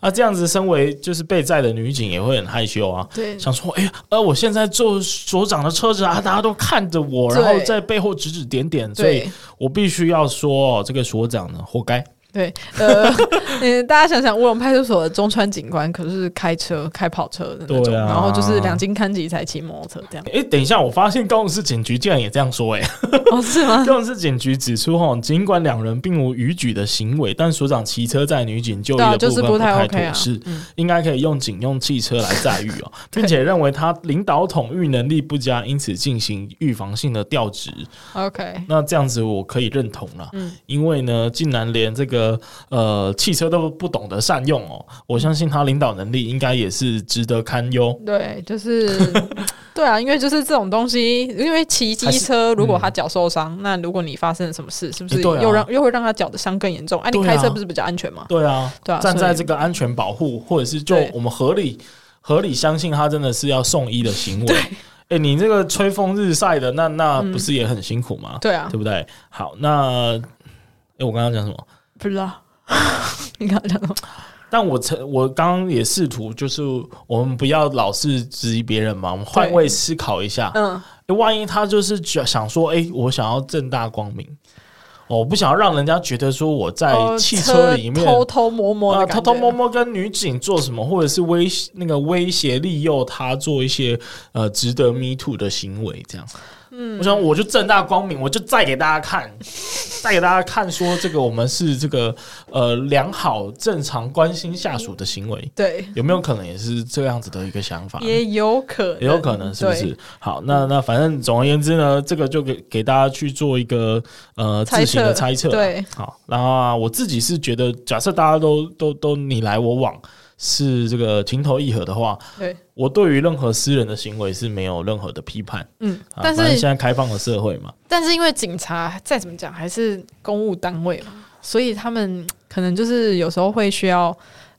Speaker 3: 啊，这样子，身为就是被载的女警也会很害羞啊。
Speaker 4: 对
Speaker 3: 想说，哎、呀，呃，我现在坐所长的车子啊，大家都看着我，
Speaker 4: 对
Speaker 3: 然后在背后指指点点，所以
Speaker 4: 对
Speaker 3: 我必须要说，哦这个所长呢，活该。
Speaker 4: 对，呃， 嗯，大家想想，乌龙派出所的中川警官可是开车开跑车的那种，
Speaker 3: 对啊。
Speaker 4: 然后就是两斤看级才骑摩托车这样
Speaker 3: 哎、等一下，我发现高雄市警局竟然也这样说、诶哎，
Speaker 4: 哦，是吗？
Speaker 3: 高雄市警局指出，哈，尽管两人并无逾矩的行为，但所长骑车载女警就医
Speaker 4: 对啊
Speaker 3: 的
Speaker 4: 就是
Speaker 3: 部分
Speaker 4: 不太
Speaker 3: 太
Speaker 4: OK 啊
Speaker 3: 妥适，应该可以用警用汽车来载育 哦，并且认为他领导统御能力不佳，因此进行预防性的调职。
Speaker 4: OK，
Speaker 3: 那这样子我可以认同了，
Speaker 4: 嗯
Speaker 3: 因为呢，竟然连这个呃汽车都不懂得善用哦，我相信他领导能力应该也是值得堪忧。
Speaker 4: 对，就是对啊，因为就是这种东西，因为骑机车，如果他脚受伤，那如果你发生了什么事，是不是
Speaker 3: 欸嗯对啊
Speaker 4: 又让、又会让他脚的伤更严重？哎、你
Speaker 3: 对啊
Speaker 4: 开车不是比较安全吗？
Speaker 3: 对啊，
Speaker 4: 对啊
Speaker 3: 站在
Speaker 4: 所以
Speaker 3: 这个安全保护，或者是就
Speaker 4: 对
Speaker 3: 我们合理合理相信他真的是要送医的行为。哎、你这个吹风日晒的，那那不是也很辛苦吗？
Speaker 4: 对啊
Speaker 3: 对，不对？好，那哎、我刚刚讲什么？
Speaker 4: 不知道。你刚刚讲什么？
Speaker 3: 但我曾我刚刚也试图，就是我们不要老是质疑别人嘛，我们换位思考一下。
Speaker 4: 嗯，
Speaker 3: 诶万一他就是觉想说，哎、我想要正大光明，哦我不想要让人家觉得说我在
Speaker 4: 哦
Speaker 3: 哎汽车里面、
Speaker 4: 偷偷摸摸
Speaker 3: 啊，
Speaker 4: 的、
Speaker 3: 偷偷摸。摸跟女警做什么，或者是威那个威胁利诱他做一些呃值得 me too 的行为，这样嗯，我想我就正大光明，我就再给大家看， 再给大家看说这个我们是这个呃良好正常关心下属的行为，
Speaker 4: 对，
Speaker 3: 有没有可能也是这样子的一个想法？
Speaker 4: 也有可能，
Speaker 3: 也有可能是不是？好，那那反正总而言之呢，这个就给给大家去做一个呃自
Speaker 4: 猜测
Speaker 3: 行的猜测。
Speaker 4: 对，
Speaker 3: 好，然后啊我自己是觉得，假设大家都都都你来我往，是这个情投意合的话，
Speaker 4: 对？对，
Speaker 3: 我对于任何私人的行为是没有任何的批判。
Speaker 4: 嗯，
Speaker 3: 啊、
Speaker 4: 但
Speaker 3: 反正现
Speaker 4: 是
Speaker 3: 在开放的社会嘛，
Speaker 4: 但是因为警察再怎么讲还是公务单位嘛，所以他们可能就是有时候会需要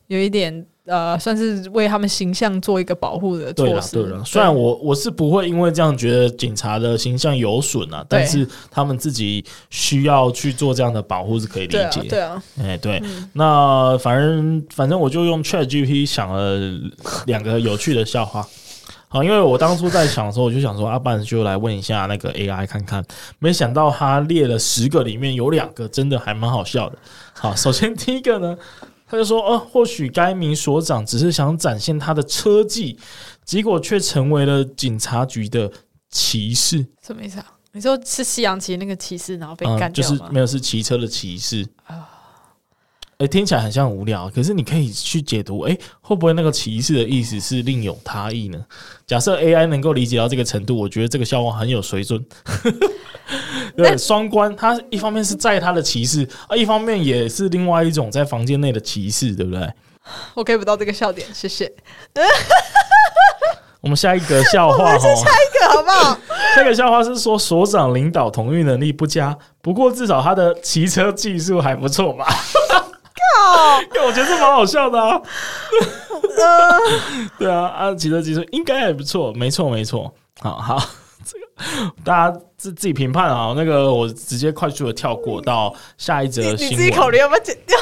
Speaker 4: 有一点呃，算是为他们形象做一个保护的
Speaker 3: 对
Speaker 4: 措
Speaker 3: 了
Speaker 4: 施。
Speaker 3: 对了，虽然我我是不会因为这样觉得警察的形象有损啊，但
Speaker 4: 对
Speaker 3: 是他们自己需要去做这样的保护是可以理
Speaker 4: 对啊
Speaker 3: 解。
Speaker 4: 对啊，
Speaker 3: 哎，对，那反正反正我就用 Chat GPT 想了两个有趣的笑话。好，因为我当初在想的时候，我就想说，阿、啊、不然就来问一下那个 AI 看看。没想到他列了十个，里面有两个真的还蛮好笑的。好，首先第一个呢，他就说，哦、或许该名所长只是想展现他的车技，结果却成为了警察局的骑士，
Speaker 4: 什么意思啊？你说是西洋棋那个骑士，然后被
Speaker 3: 嗯，
Speaker 4: 干
Speaker 3: 就
Speaker 4: 掉
Speaker 3: 是
Speaker 4: 吗？啊
Speaker 3: 没有是骑车的骑士哎、听起来很像无聊，可是你可以去解读，哎、会不会那个歧视的意思是另有他意呢？假设 AI 能够理解到这个程度，我觉得这个笑话很有水 准。对，双关，它一方面是在他的歧视，啊，一方面也是另外一种在房间内的歧视，对不对？
Speaker 4: 我 get 不到这个笑点， 谢谢。
Speaker 3: 我们下一个笑 话哈，
Speaker 4: 这个好不好？
Speaker 3: 下一个笑话是说所长领导同运能力不佳，不过至少他的骑车技术还不错吧。 靠！我觉得这蛮好笑的
Speaker 4: 呃
Speaker 3: 啊。 对啊，啊，骑车技术应该还不错，没错没错。好好， 这个大家自自己评判啊。那个我直接快速的跳过到下一则
Speaker 4: 你
Speaker 3: 新
Speaker 4: 你
Speaker 3: 闻。
Speaker 4: 自己考虑要不要剪掉？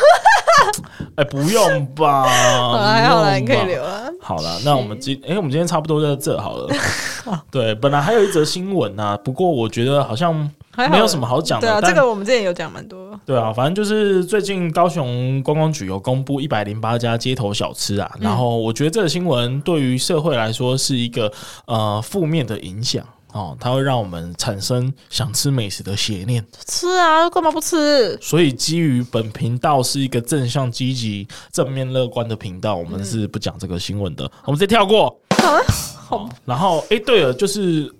Speaker 3: 哎、不用 吧？
Speaker 4: 好啦哎还好啦，
Speaker 3: 不
Speaker 4: 你
Speaker 3: 用
Speaker 4: 可以
Speaker 3: 吧
Speaker 4: 留啊。
Speaker 3: 好了，那我们今哎、我们今天差不多就到这好 了。对，本来还有一则新闻啊，不过我觉得好像
Speaker 4: 还好
Speaker 3: 没有什么好讲的。
Speaker 4: 对啊，
Speaker 3: 但
Speaker 4: 这个我们之前有讲蛮多。
Speaker 3: 对啊，反正就是最近高雄观光局有公布一百零八家街头小吃啊，然后我觉得这个新闻对于社会来说是一个呃负面的影响哦，它会让我们产生想吃美食的邪念。
Speaker 4: 吃啊，干嘛不吃？
Speaker 3: 所以基于本频道是一个正向、积极、正面、乐观的频道，我们是不讲这个新闻的，我们直接跳过。好，然后哎、诶对了，就是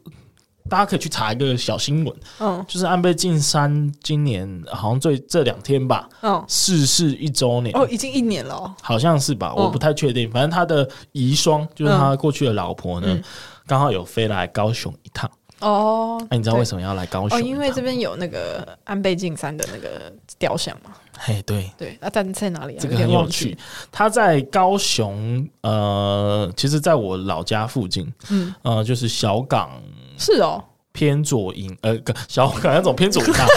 Speaker 3: 大家可以去查一个小新闻，
Speaker 4: 嗯
Speaker 3: 就是安倍晋三今年好像最这两天吧，
Speaker 4: 嗯，
Speaker 3: 逝世一周年。
Speaker 4: 哦，已经一年了哦。
Speaker 3: 好像是吧，
Speaker 4: 嗯
Speaker 3: 我不太确定。反正他的遗孀，就是他过去的老婆呢
Speaker 4: 嗯，
Speaker 3: 刚、好有飞来高雄一趟。
Speaker 4: 哦
Speaker 3: 哎、你知道为什么要来高雄
Speaker 4: 哦，
Speaker 3: 一趟？
Speaker 4: 因为这边有那个安倍晋三的那个雕像嘛。
Speaker 3: 嘿，对，
Speaker 4: 对，那但在哪里啊？
Speaker 3: 这个
Speaker 4: 点
Speaker 3: 很有
Speaker 4: 忘记
Speaker 3: 趣。。他在高雄，呃，其实在我老家附近，
Speaker 4: 嗯，
Speaker 3: 呃，就是小港
Speaker 4: 是哦。
Speaker 3: 偏左营，呃，小港那种偏左营 啊，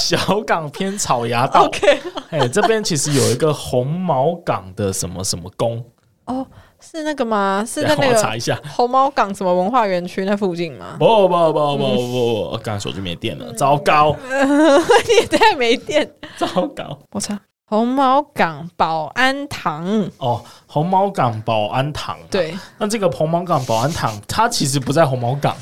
Speaker 3: 小港偏草衙道。
Speaker 4: OK，
Speaker 3: 哎、这边其实有一个红毛港的什么什么 宫，
Speaker 4: 哦，是那个吗？是在
Speaker 3: 等一下
Speaker 4: 那
Speaker 3: 我查一
Speaker 4: 个
Speaker 3: 下。
Speaker 4: 红毛港什么文化园区那附近 吗？
Speaker 3: 不不不不不不，刚才手机没电了，糟糕
Speaker 4: 你也太没电。
Speaker 3: 糟糕！
Speaker 4: 我操，红毛港保安堂。
Speaker 3: 哦，红毛港保安堂、，
Speaker 4: 对，
Speaker 3: 那这个红毛港保安堂，它其实不在红毛港，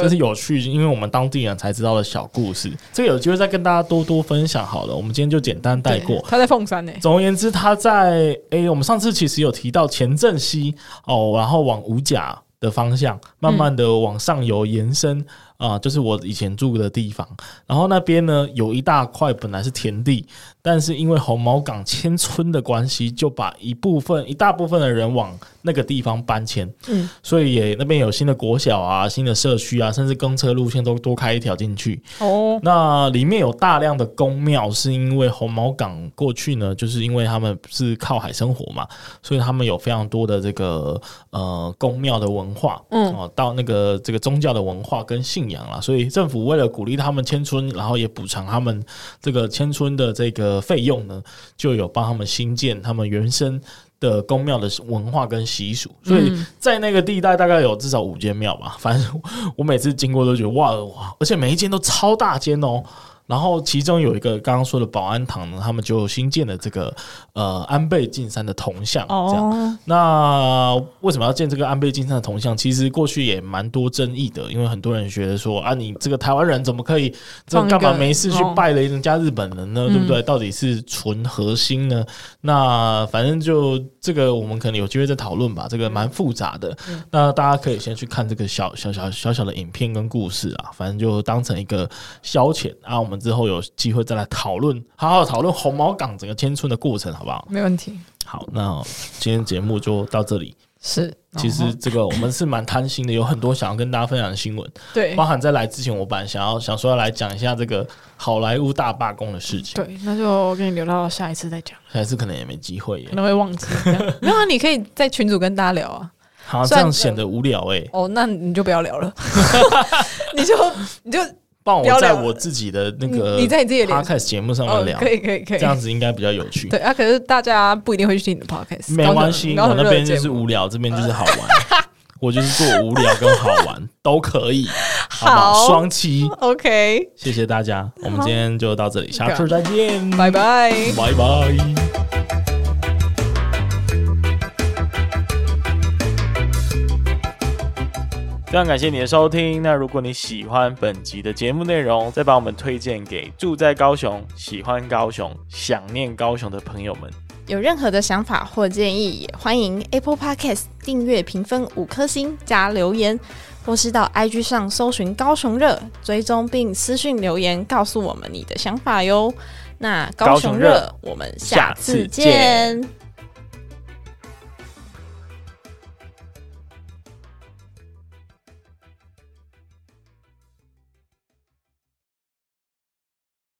Speaker 3: 这是有趣，因为我们当地人才知道的小故事。这个有机会再跟大家多多分享好了，我们今天就简单带过
Speaker 4: 对。他在凤山呢。
Speaker 3: 总而言之，它在诶、我们上次其实有提到前镇西哦，然后往五甲的方向，慢慢的往上游延伸啊、就是我以前住的地方。然后那边呢有一大块本来是田地，但是因为红毛港迁村的关系，就把一部分一大部分的人往那个地方搬迁，
Speaker 4: 嗯，
Speaker 3: 所以也那边有新的国小啊、新的社区啊，甚至公车路线都多开一条进去。
Speaker 4: 哦，
Speaker 3: 那里面有大量的宫庙，是因为红毛港过去呢，就是因为他们是靠海生活嘛，所以他们有非常多的这个呃宫庙的文化，
Speaker 4: 嗯
Speaker 3: 哦，到那个这个宗教的文化跟信仰啦，所以政府为了鼓励他们迁村，然后也补偿他们这个迁村的这个费用呢，就有帮他们新建他们原生。的宫庙的文化跟习俗，
Speaker 4: 嗯
Speaker 3: 所以在那个地带大概有至少 五间庙吧。反正我每次经过都觉得哇哇，而且每一间都超大间哦。然后其中有一个刚刚说的保安堂呢，他们就新建了这个呃安倍晋三的铜像，这样。
Speaker 4: 哦，
Speaker 3: 那为什么要建这个安倍晋三的铜像？其实过去也蛮多争议的，因为很多人觉得说啊，你这个台湾人怎么可以这
Speaker 4: 放一个
Speaker 3: 干嘛没事去
Speaker 4: 哦
Speaker 3: 拜了人家日本人呢？对不对？到底是纯核心呢？那反正就这个我们可能有机会再讨论吧，这个蛮复杂的。那大家可以先去看这个小小小小小的影片跟故事啊，反正就当成一个消遣啊。我们之后有机会再来讨论，好好讨论红毛港整个迁村的过程，好不好？
Speaker 4: 没问题，
Speaker 3: 好，那今天节目就到这里。
Speaker 4: 是。
Speaker 3: 其实这个我们是蛮贪心的，有很多想要跟大家分享的新闻，
Speaker 4: 对
Speaker 3: 包含在来之前，我本来想要想说要来讲一下这个好莱坞大罢工的事情，
Speaker 4: 对，那就给你留到下一次再讲，
Speaker 3: 但是可能也没机会耶
Speaker 4: 可。能会忘记。这样 没有啊，你可以在群组跟大家聊啊。
Speaker 3: 好，这
Speaker 4: 虽然
Speaker 3: 样显得无聊哎、
Speaker 4: 哦，那你就不 要聊了， 你就你就
Speaker 3: 不然
Speaker 4: 不要
Speaker 3: 我在
Speaker 4: 聊了
Speaker 3: 我自己的那
Speaker 4: 你
Speaker 3: 个
Speaker 4: 你在你自己的脸
Speaker 3: podcast 节目上
Speaker 4: 哦
Speaker 3: 面，聊，
Speaker 4: 可以可以可以
Speaker 3: 这，样子应该比较有趣。
Speaker 4: 对啊，可是大家不一定会去听你的 podcast，
Speaker 3: 没关系，
Speaker 4: 高
Speaker 3: 我
Speaker 4: 雄高雄
Speaker 3: 那
Speaker 4: 热
Speaker 3: 边
Speaker 4: 的节
Speaker 3: 就是
Speaker 4: 目
Speaker 3: 无聊，这边 就是好玩。我就是做无聊跟好玩都可以，好不好？
Speaker 4: 好
Speaker 3: 双七，
Speaker 4: OK，
Speaker 3: 谢谢大家，我们今天就到这里，下次再见，
Speaker 4: 拜拜。
Speaker 3: 拜拜。
Speaker 1: 非常感谢你的收听。那如果你喜欢本集的节目内容，再把我们推荐给住在高雄、喜欢高雄、想念高雄的朋友们。
Speaker 5: 有任何的想法或建议，也欢迎 Apple Podcast 订阅、评分五颗星加留言，或是到 IG 上搜寻“高雄热”，追踪并私讯留言告诉我们你的想法哟。那高
Speaker 1: 高雄
Speaker 5: 雄
Speaker 1: 热
Speaker 5: 热，我们下
Speaker 1: 下次
Speaker 5: 次
Speaker 1: 见
Speaker 5: 见